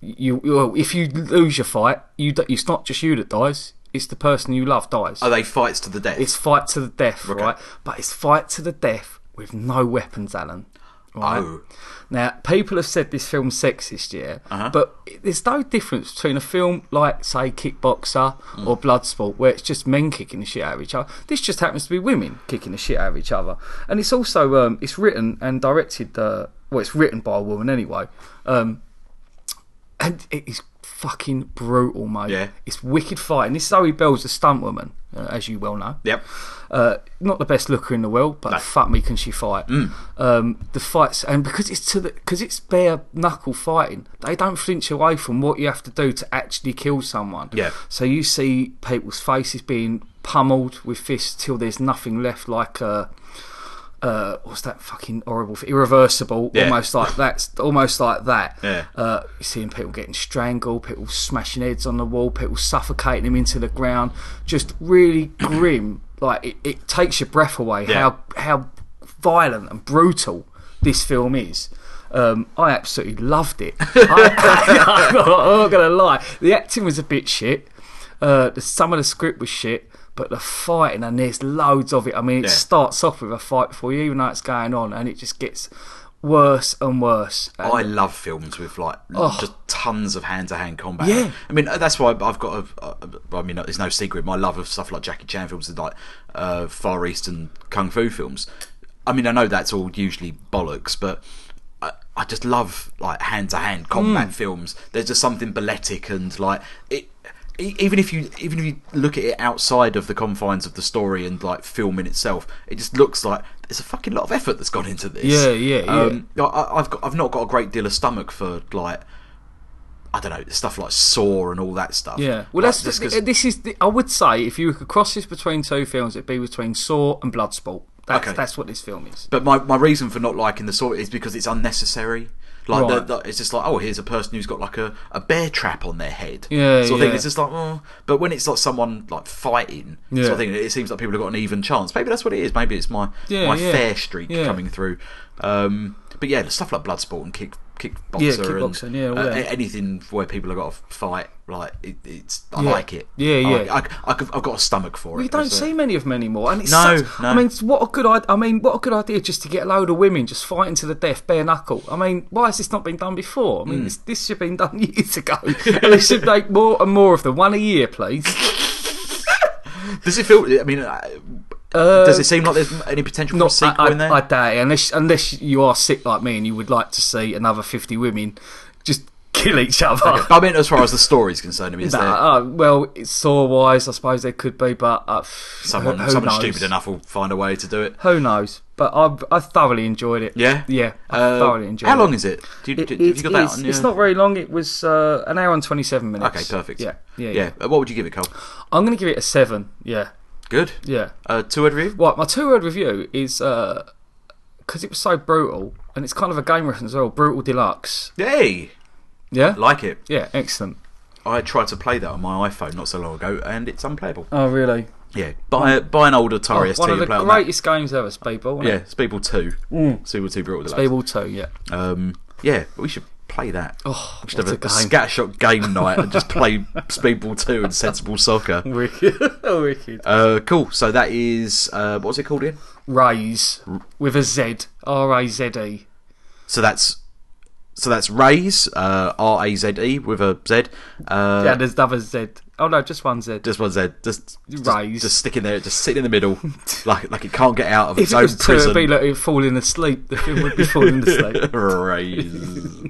you well, if you lose your fight, you d- it's not just you that dies. It's the person you love dies. Are they fights to the death? It's fight to the death, right? But it's fight to the death with no weapons, Alan. Right? Oh. Now, people have said this film's sexist, yeah, Uh-huh. but there's no difference between a film like, say, Kickboxer Mm. or Bloodsport, where it's just men kicking the shit out of each other. This just happens to be women kicking the shit out of each other, and it's also um, it's written and directed. Uh, well, it's written by a woman anyway, um, and it is fucking brutal, mate. Yeah. it's wicked fighting. This Zoe Bell's a stunt woman, uh, as you well know. Yep. Uh, not the best looker in the world, but fuck me, can she fight? Mm. Um, the fights, and because it's to the because it's bare knuckle fighting, they don't flinch away from what you have to do to actually kill someone. Yeah. So you see people's faces being pummeled with fists till there's nothing left, like uh, uh, what's that fucking horrible, f- irreversible, Yeah. almost like that's almost like that. Yeah. Uh, you're seeing people getting strangled, people smashing heads on the wall, people suffocating them into the ground. Just really grim. Like it, it takes your breath away Yeah. how how violent and brutal this film is. Um, I absolutely loved it. I, am not gonna lie, the acting was a bit shit. Uh, the, some of the script was shit, but the fighting and there's loads of it. I mean, it Yeah. starts off with a fight before you even know it's going on, and it just gets worse and worse. And- I love films with like just tons of hand-to-hand combat. Yeah. I mean that's why I've got. A, a- I mean, there's no secret. My love of stuff like Jackie Chan films and like uh, Far Eastern kung fu films. I mean, I know that's all usually bollocks, but I, I just love like hand-to-hand combat films. There's just something balletic and like it. e- Even if you even if you look at it outside of the confines of the story and like film in itself, it just looks like there's a fucking lot of effort that's gone into this. Yeah, yeah, yeah. Um, I- I, I've got, I've not got a great deal of stomach for like, I don't know, stuff like Saw and all that stuff. Yeah, Like, well, that's just 'cause- this is. The, I would say if you could cross this between two films, it'd be between Saw and Bloodsport. That's Okay. that's what this film is. But my, my reason for not liking the Saw is because it's unnecessary. Like Right. the, the, it's just like oh here's a person who's got like a, a bear trap on their head. Yeah, sort of yeah. thing. It's just like oh, but when it's like someone like fighting Yeah. sort of thing, it seems like people have got an even chance. Maybe that's what it is. Maybe it's my Yeah, my yeah. fair streak Yeah. coming through. Um, but yeah, the stuff like Bloodsport and kick kickboxer, Yeah, kickboxing, and yeah, all uh, that. a- anything where people have got to fight, like it, it's I Yeah. like it. Yeah, I yeah. like it. I, I, have got a stomach for it. We don't It's a- see many of them anymore, and it's No, such, I no. mean, it's- what a good idea! I mean, what a good idea just to get a load of women just fighting to the death, bare knuckle. I mean, why has this not been done before? I mean, this, this should have been done years ago, and they should make more and more of them, one a year, please. Does it feel? I mean, uh, does it seem like there's any potential for a Um, Not, I, sequel I, in there? I doubt it. Unless, unless you are sick like me and you would like to see another fifty women just kill each other. I mean, as far as the story is concerned, I mean, is there Nah, uh, well, it's saw wise, I suppose there could be, but uh, pff, someone who someone knows? stupid enough will find a way to do it? Who knows? But I, I thoroughly enjoyed it. Yeah, yeah, I Uh, thoroughly enjoyed how it. long is it? Do you, It, do, it have you got that is- on? It's yeah? not very long. It was uh, an hour and twenty-seven minutes. Okay, perfect. Yeah, yeah, yeah. yeah. Uh, What would you give it, Cole? I'm going to give it a seven. Yeah, Good. yeah. Uh, two out of you? Right, my two-word review is because it was so brutal, and it's kind of a game reference as well. Brutal deluxe. Yay! Yeah, Like it. yeah, excellent. I tried to play that on my iPhone not so long ago, and it's unplayable. Oh, really? Yeah, buy a- buy an old Atari ST Oh, One of and the play on that. greatest games ever, Speedball. wasn't Yeah, it? it's people two. Speedball two brought that. Speedball Two. Yeah. Um, yeah, we should play that. Oh, we should have a, what a a game. Scatshot game night and just play Speedball 2 and Sensible Soccer. Wicked. Wicked. Uh, cool. So that is uh, what was it called in? Raise with a Z. R A Z E. So that's so that's Raze uh, R A Z E with a Z. Uh, Yeah, there's another Z. Oh no, just one Z. just one Z. Just just- Raze. Just, sticking there, just sitting in the middle, like like it can't get out of if its it own was two, it'd be prison. like it'd falling asleep. The film would be falling asleep. Raze.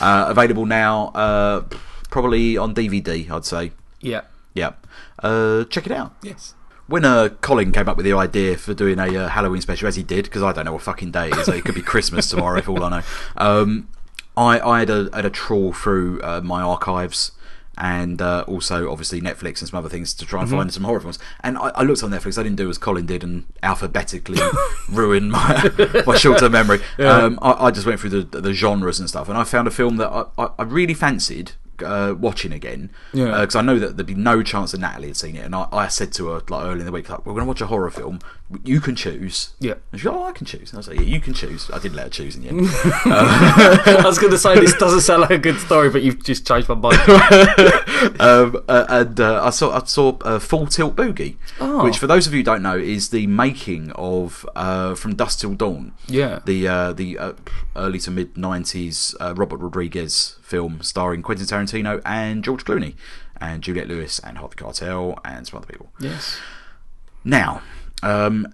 uh, available now, uh, probably on DVD. I'd say. Yeah. Yeah. Uh, check it out. Yes. When uh, Colin came up with the idea for doing a uh, Halloween special, as he did, because I don't know what fucking day it is, it could be Christmas tomorrow, for all I know. Um, I, I had a had a trawl through uh, my archives and uh, also obviously Netflix and some other things to try and find some horror films. And I, I looked on Netflix. I didn't do as Colin did and alphabetically ruined my my short term memory. Um, I, I just went through the the genres and stuff, and I found a film that I, I, I really fancied uh, watching again uh, Yeah. because I know that there'd be no chance that Natalie had seen it, and I, I said to her like early in the week like we're going to watch a horror film. You can choose. Yeah. And she goes, oh, I can choose. And I was like, yeah, you can choose. I didn't let her choose in the end. I was going to say this doesn't sound like a good story, but you've just changed my mind. um, uh, and uh, I saw I saw uh, Full Tilt Boogie, Oh. which for those of you who don't know is the making of uh, From Dust Till Dawn. Yeah. the uh, the uh, early to mid '90s uh, Robert Rodriguez film starring Quentin Tarantino and George Clooney and Juliette Lewis and Hot the Cartel and some other people. yes. Now, um,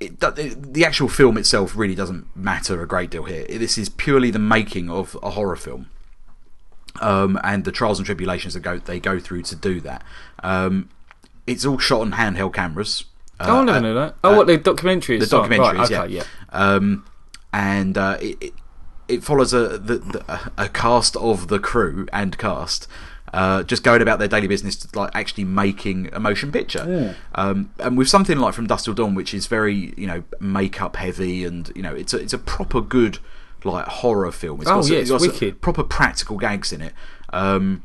it, do- the, the actual film itself really doesn't matter a great deal here. This is purely the making of a horror film. Um, and the trials and tribulations that go they go through to do that. Um, it's all shot on handheld cameras. oh, I Uh, never knew that. Oh, what the documentary the is. sorry. documentaries, right, yeah. okay, yeah. Um, and uh, it, it it follows a the, the, a- a cast of the crew and cast. Uh, just going about their daily business, like actually making a motion picture, um, and with something like from Dust Till Dawn, which is very you know makeup heavy, and you know it's a it's a proper good like horror film. It's Oh, some- yeah, it's some wicked. proper practical gags in it. Um,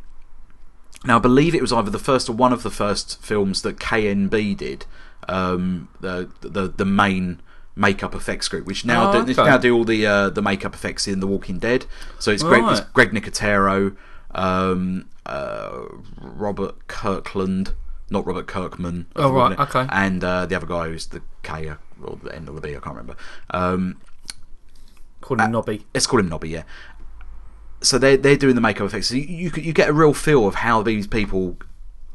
now, I believe it was either the first or one of the first films that KNB did, um, the, the the main makeup effects group, which now Oh, do, okay. this now do all the uh, the makeup effects in The Walking Dead. So it's Greg, it's Right. Greg Nicotero, um, uh, Robert Kirkland, not Robert Kirkman. I Oh, forgot right, it, okay. And uh, the other guy who's the K or the N or the B, I can't remember. Um, Called him Nobby. let's call him Nobby, yeah. So they're they're doing the makeup effects. So you you, could- you get a real feel of how these people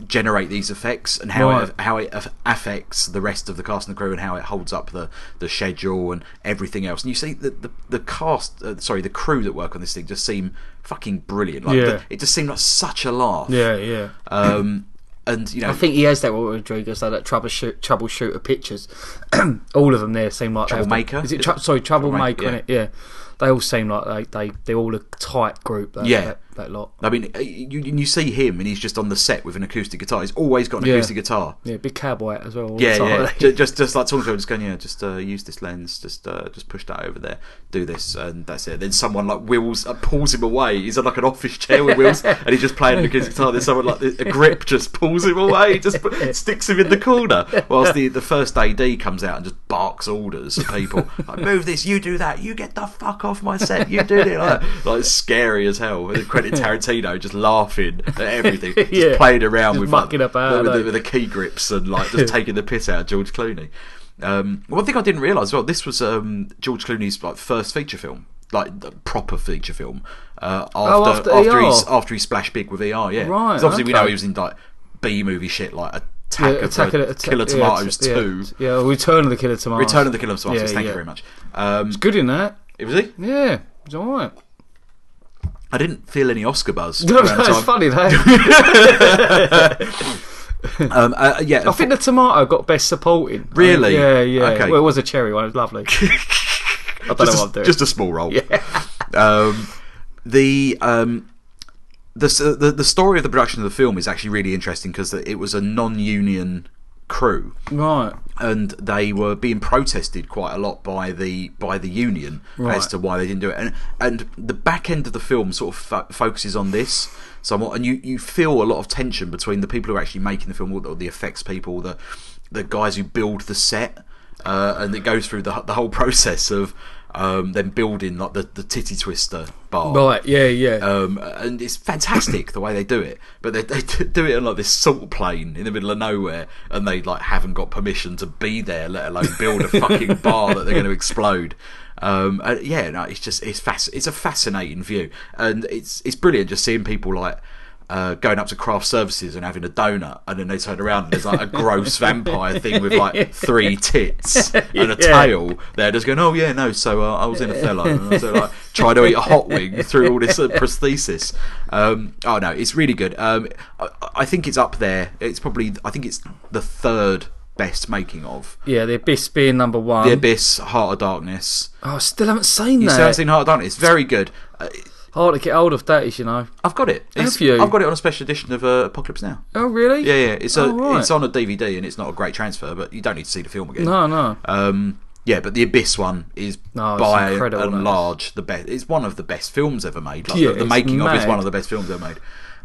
generate these effects and how Right. it, how it aff- affects the rest of the cast and the crew and how it holds up the, the schedule and everything else. And you see the the, the cast, uh, sorry, the crew that work on this thing just seem fucking brilliant. Like Yeah. the- it just seemed like such a laugh. Yeah, yeah. Um, and you know, I think he has that with Rodriguez, though, that troubleshoot, troubleshooter pictures. all of them there seem like they have- Troublemaker? Is it tru- sorry, troublemaker? Troublemaker, innit? yeah. They all seem like they they they're all a tight group. That, Yeah. that, that lot. I mean, uh, you you see him and he's just on the set with an acoustic guitar. He's always got an Yeah. acoustic guitar. Yeah, big cowboy hat as well. all the Yeah, time. yeah. Ju- just, just like talking to him, just going, yeah, just uh, use this lens, just, uh, just push that over there, do this, and that's it. Then someone like wheels, uh, pulls him away. He's on like an office chair with wheels, and he's just playing the guitar. Then someone like a grip just pulls him away, just pu- sticks him in the corner. Whilst the the first AD comes out and just barks orders at people, like move this, you do that, you get the fuck off my set, you do it, like, like it's scary as hell. And credit Tarantino just laughing at everything, just Yeah. playing around Just with like, mucking with about, the- like- with the key grips and like just taking the piss out of George Clooney. Um, one thing I didn't realise as well, this was um, George Clooney's like first feature film, like the proper feature film. Uh, after after ER. he's after he splashed big with ER, yeah. Right, 'Cause obviously we okay. know he was in like B movie shit, like Attack of Attack the of the- Attack- Killer yeah, Tomatoes yeah, Two, Yeah, Return of the Killer Tomatoes. Return of the Killer Tomatoes. Yeah, thank yeah. you very much. Um, Good in that. it was he. Yeah, it's all right. I didn't feel any Oscar buzz. No, around the no, it's time. funny though. Um, uh, yeah, I think the tomato got best supporting. Really? Yeah, yeah. Okay. Well, it was a cherry one. It was lovely. I don't know what I'm just, a, doing. just a small role. um, the um, the, s- uh, the the story of the production of the film is actually really interesting because it was a non-union crew right. and they were being protested quite a lot by the by the union as Right. to why they didn't do it. And and the back end of the film sort of fo- focuses on this somewhat, and you you feel a lot of tension between the people who are actually making the film, or the, the effects people, the the guys who build the set, uh, and it goes through the the whole process of. Um, them building like the, the titty twister bar, Right. Yeah, yeah. um, and it's fantastic the way they do it. But they, they do it on like this salt plane in the middle of nowhere, and they like haven't got permission to be there, let alone build a fucking bar that they're going to explode. Um, and yeah, no, it's just it's fac- it's a fascinating view, and it's it's brilliant just seeing people like. Uh, going up to craft services and having a donut, and then they turn around and there's like a gross vampire thing with like three tits and a Yeah. tail people, they're just going, oh yeah, no. So uh, I was in a fellow, and I was like trying to eat a hot wing through all this uh, prosthesis. Um, oh no, it's really good. Um, I, I think it's up there. It's probably I think it's the third best making of yeah, the Abyss being number one. The Abyss, Heart of Darkness. Oh, I still haven't seen You that. still haven't seen Heart of Darkness? It's very good. Uh, Hard to get hold of that is, you know. I've got it. It's- Have you? I've got it on a special edition of uh, Apocalypse Now. Oh, really? Yeah, yeah. It's a, Oh, right. it's on a DVD and it's not a great transfer, but you don't need to see the film again. No, no. Um, yeah, but the Abyss one is No, Oh, it's by and incredible, that is. large the best. It's one of the best films ever made. Like, Yeah, the, the it's making of is mad. one of the best films ever made.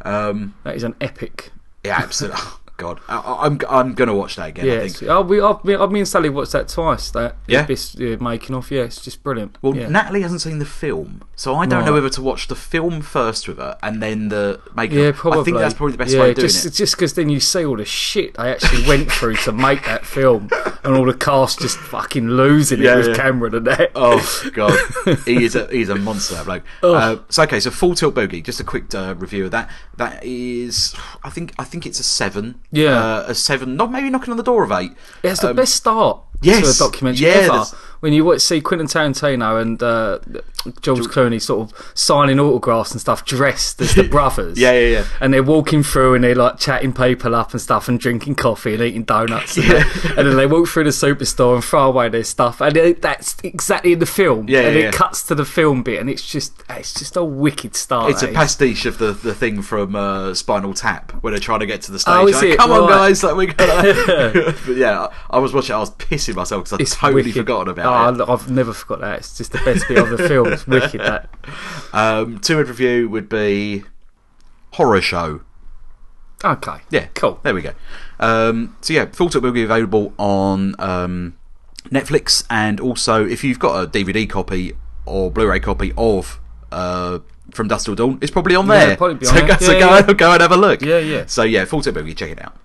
Um, That is an epic. yeah, absolutely. oh, God, I, I- I'm I'm gonna watch that again. I Yeah, think. oh, we, oh, me, oh, me and Sally watched that twice. That Yeah? Abyss, yeah, making off. Yeah, it's just brilliant. Well, yeah. Natalie hasn't seen the film, so I don't know Right. whether to watch the film first with her and then the make. Yeah, probably. I think that's probably the best yeah, way of doing just, it. Just because then you see all the shit I actually went through to make that film, and all the cast just fucking losing Yeah, it with yeah. Cameron and that. Oh God, he is a he's a monster, that bloke. Oh. Uh, so okay, so Full Tilt Boogie. Just a quick uh, review of that. That is, I think I think it's a seven. Yeah. uh, a seven. Not maybe knocking on the door of eight. It has the best start Um, yes, to a documentary yeah, ever. that's- When you watch, see Quentin Tarantino and uh, George Clooney sort of signing autographs and stuff dressed as the brothers. Yeah, yeah, yeah. And they're walking through and they're like chatting people up and stuff and drinking coffee and eating donuts. And, Yeah. that. and then they walk through the superstore and throw away their stuff. And it, that's exactly in the film. Yeah, and yeah, it yeah. cuts to the film bit and it's just it's just a wicked start. It's a that is. pastiche of the, the thing from uh, Spinal Tap where they're trying to get to the stage. Oh, is Like, it? Come on, Right. guys! Like we gotta. but yeah, I was watching. I was pissing myself because I It's totally wicked. forgotten about it. oh, I- I've never forgot that. It's just the best bit of the film. It's wicked that. Um, two word review would be horror show. Okay. Yeah, Cool. There we go. Um, so yeah, Full Tilt will be available on um, Netflix, and also if you've got a DVD copy or Blu-ray copy of uh, From Dust Till Dawn, it's probably on Yeah, there. it'll probably be so on go, there. so Yeah, go, yeah. go and have a look. Yeah, yeah. So yeah, Full Tilt Boogie, check it out.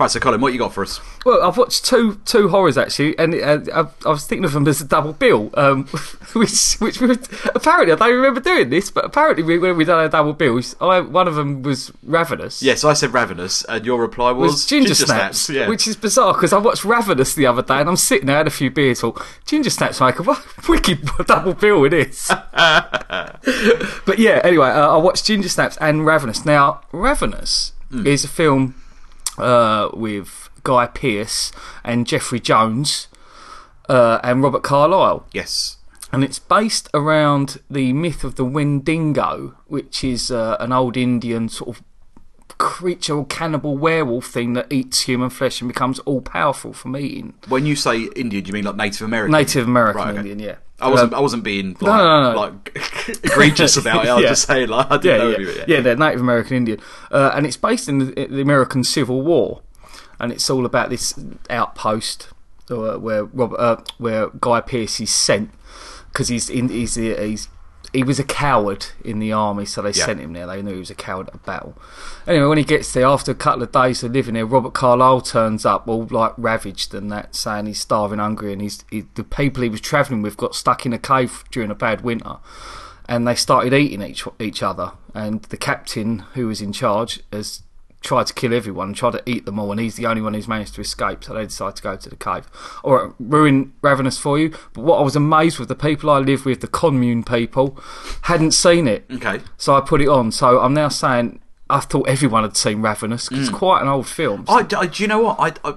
Right, so Colin, what you got for us? Well, I've watched two two horrors actually, and uh, I, I was thinking of them as a double bill, um, which which we were, apparently I don't remember doing this, but apparently we, when we done our double bills, I, one of them was Ravenous. Yes, I said ravenous, and your reply was, Was ginger, snaps, yeah. which is bizarre because I watched Ravenous the other day and I'm sitting there had a few beers. All ginger snaps, Michael, what a wicked double bill it is. but yeah, anyway, uh, I watched Ginger Snaps and Ravenous. Now, Ravenous is a film uh, with Guy Pearce and Jeffrey Jones uh, and Robert Carlyle yes, and it's based around the myth of the Wendigo, which is uh, an old Indian sort of creature or cannibal werewolf thing that eats human flesh and becomes all powerful from eating. When you say Indian, do you mean like Native American? Native American Right, okay. Indian, yeah. Uh, I wasn't. I wasn't being like, no, no. like egregious about it. I was Yeah. just saying like I didn't yeah, know. yeah, if you were- yeah. they're Native American Indian, uh, and it's based in the, the American Civil War, and it's all about this outpost uh, where Rob, uh, where Guy Pearce is sent because he's in he's, he's he was a coward in the army, so they Yeah. sent him there. They knew he was a coward at battle. Anyway, when he gets there, after a couple of days of living there, Robert Carlyle turns up, all like ravaged and that, saying he's starving, hungry, and he's he, the people he was travelling with got stuck in a cave during a bad winter and they started eating each each other. And the captain who was in charge has tried to kill everyone, tried to eat them all, and he's the only one who's managed to escape. So they decide to go to the cave. All right, ruin ravenous for you. But what I was amazed with the people I live with, the commune people, hadn't seen it. Okay. So I put it on. So I'm now saying. I thought everyone had seen Ravenous 'cause it's quite an old film. Mm. I, I- do you know what I, I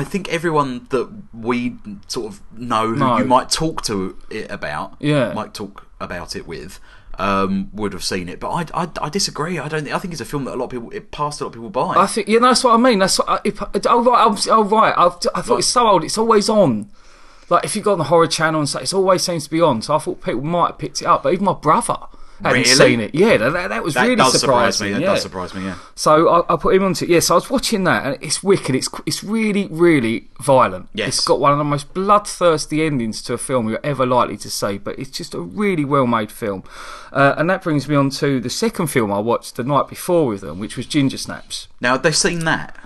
I think everyone that we sort of know who No. you might talk to it about Yeah. might talk about it with um, would have seen it but I, I, I disagree I don't think, I think it's a film that a lot of people it passed a lot of people by I think yeah, that's what I mean. That's what I, if, oh right, I'm, oh right. I, I thought it's so old. It's always on. Like if you go on the horror channel and stuff, it always seems to be on. So I thought people might have picked it up, but even my brother hadn't Really? seen it. Yeah, that, that, that was that really does surprise me surprising. that yeah. does surprise me yeah So I, I put him onto it. Yeah, so I was watching that, and it's wicked. It's it's really really violent. Yes. it's got one of the most bloodthirsty endings to a film you're ever likely to see. But it's just a really well made film, uh, and that brings me on to the second film I watched the night before with them, which was Ginger Snaps. now have they seen that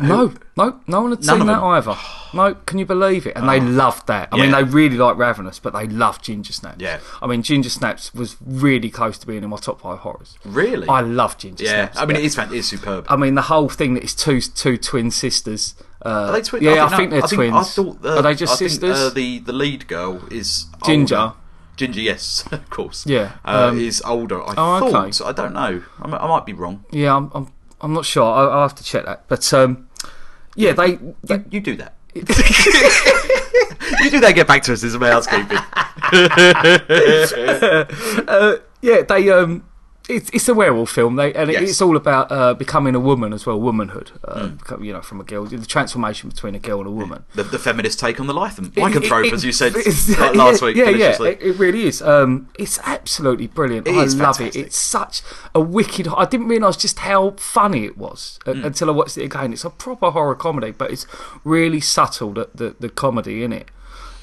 No, no, no one had None seen of that them? Ah. either. No, can you believe it? And they loved that. I mean, Yeah. they really like Ravenous, but they loved Ginger Snaps. Yeah. I mean, Ginger Snaps was really close to being in my top five horrors. really I love Ginger yeah Snaps. I mean it is fan- it is superb I mean, the whole thing that it's two two twin sisters. Uh, Are they twins? Yeah, I, no, think they're twins. I thought, uh, Are they just I think, sisters? uh, the the lead girl is Ginger. older. Ginger, yes, of course. Yeah, uh, um, is older. I oh, thought. okay. I don't know. I, mi- I might be wrong. yeah, I'm, I'm I'm not sure. I, I'll have to check that. But um, yeah, they. they You do that. you do that. Get back to us. It's about housekeeping. yeah, they um it's it's a werewolf film, they, and it Yes. Hmm. it's all about uh, becoming a woman as well, womanhood. Uh, co- You know, from a girl, the transformation between a girl and a woman. The, the feminist take on the lycan- It- it- lycanthrope, it- as you said it's- like last yeah, week. Yeah, yeah, deliciously. it, it really is. Um, it's absolutely brilliant. It I is love fantastic. it. It's such a wicked. I didn't realise just how funny it was Mm. uh, until I watched it again. It's a proper horror comedy, but it's really subtle the the, the comedy in it.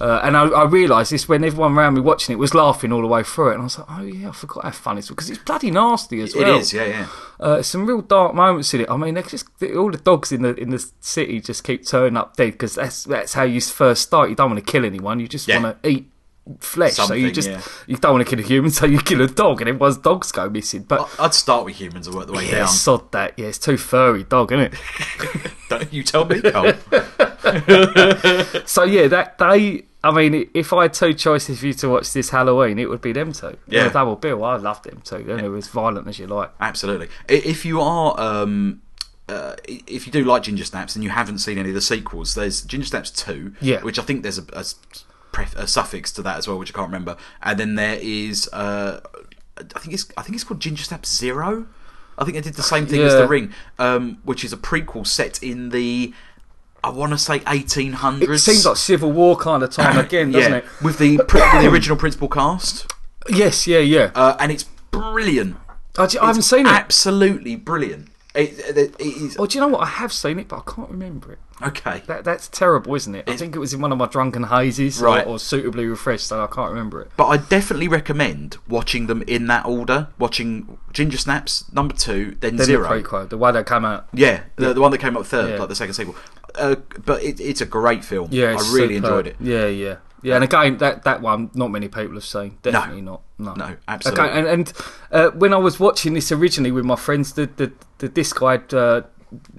Uh, and I, I realised this when everyone around me watching it was laughing all the way through it, and I was like, "Oh yeah, I forgot how funny it's because it's bloody nasty as well." It is, yeah, yeah. Uh, some real dark moments in it. I mean, they just all the dogs in the in the city just keep turning up dead because that's that's how you first start. You don't want to kill anyone. You just Yeah. want to eat flesh. so you Something, just yeah. you don't want to kill a human, so you kill a dog, and everyone's dogs go missing. But I- I'd start with humans and work the way yeah, sod that. Yeah, it's too furry dog, isn't it? down. Don't you tell me, Cole. so yeah, that they. I mean, if I had two choices for you to watch this Halloween, it would be them two. Yeah. a double bill. I loved them two. They were as violent as you like. Absolutely. I- If you are, um, uh, i- if you do like Ginger Snaps and you haven't seen any of the sequels, there's Ginger Snaps Two, Yeah. which I think there's a, a s- pref- a suffix to that as well, which I can't remember. And then there is, uh, I think it's, I think it's called Ginger Snaps Zero. I think they did the same thing as Yeah. The Ring, um, which is a prequel set in the, I want to say 1800s. It seems like Civil War kind of time again, doesn't yeah, it? with the pri- with the original principal cast, Yes, yeah, yeah. uh, and it's brilliant. I, ju- I haven't It's seen it. Absolutely brilliant. It, it, it is Oh, do you know what? I have seen it, but I can't remember it. okay. That, that's terrible, isn't it? I It's- think it was in one of my drunken hazes, or- Right. or, suitably refreshed, and I can't remember it. But I definitely recommend watching them in that order. Watching Ginger Snaps number two, then, Then zero. the prequel, the way they came out. Yeah, the, the one that came up third, Yeah. like the second sequel. Uh, but it, it's a great film. Yeah, I it's really superb. enjoyed it. Yeah, yeah, yeah. And again, that that one, not many people have seen. Definitely not. No, No, absolutely. Okay, and, and uh, when I was watching this originally with my friends, the the, the disc I had uh,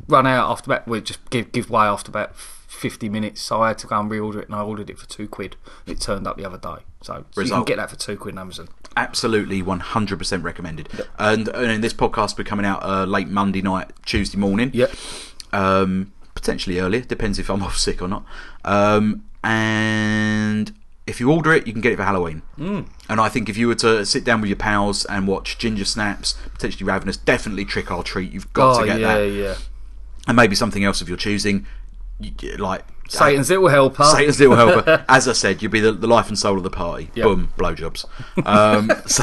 run out after about, well, it just give give way after about fifty minutes, so I had to go and reorder it, and I ordered it for two quid. It turned up the other day, so you can Result. get that for two quid on Amazon. Absolutely, one hundred percent recommended. And, and this podcast will be coming out uh, late Monday night, Tuesday morning. Yep. um, potentially earlier. Depends if I'm off sick or not. Um, and if you order it, you can get it for Halloween. Mm. And I think if you were to sit down with your pals and watch Ginger Snaps, potentially Ravenous, definitely Trick or Treat. You've got Oh to yeah, get that, yeah. and and maybe something else of your choosing, you, you- like Satan's little helper. uh, Satan's little helper. As I said, you'd be the, the life and soul of the party. Yeah. Boom, blowjobs. Um, so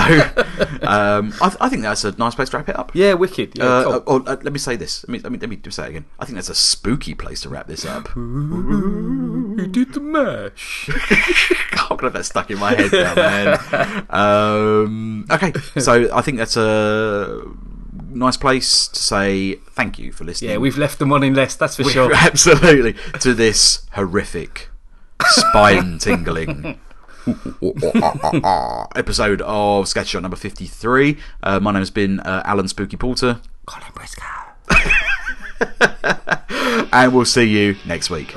um, I, th- I think that's a nice place to wrap it up. Yeah, wicked. Yeah, Uh, cool. or, uh, let me say this. Let me, let me let me just say it again. I think that's a spooky place to wrap this up. you did the mash. I'm gonna have that stuck in my head now, man. um, okay, so I think that's a nice place to say thank you for listening. Yeah, we've left them wanting less. That's for sure. absolutely to this horrific, spine tingling. episode of sketch shot number 53 uh, my name has been uh, alan spooky porter Colin Briscoe. and we'll see you next week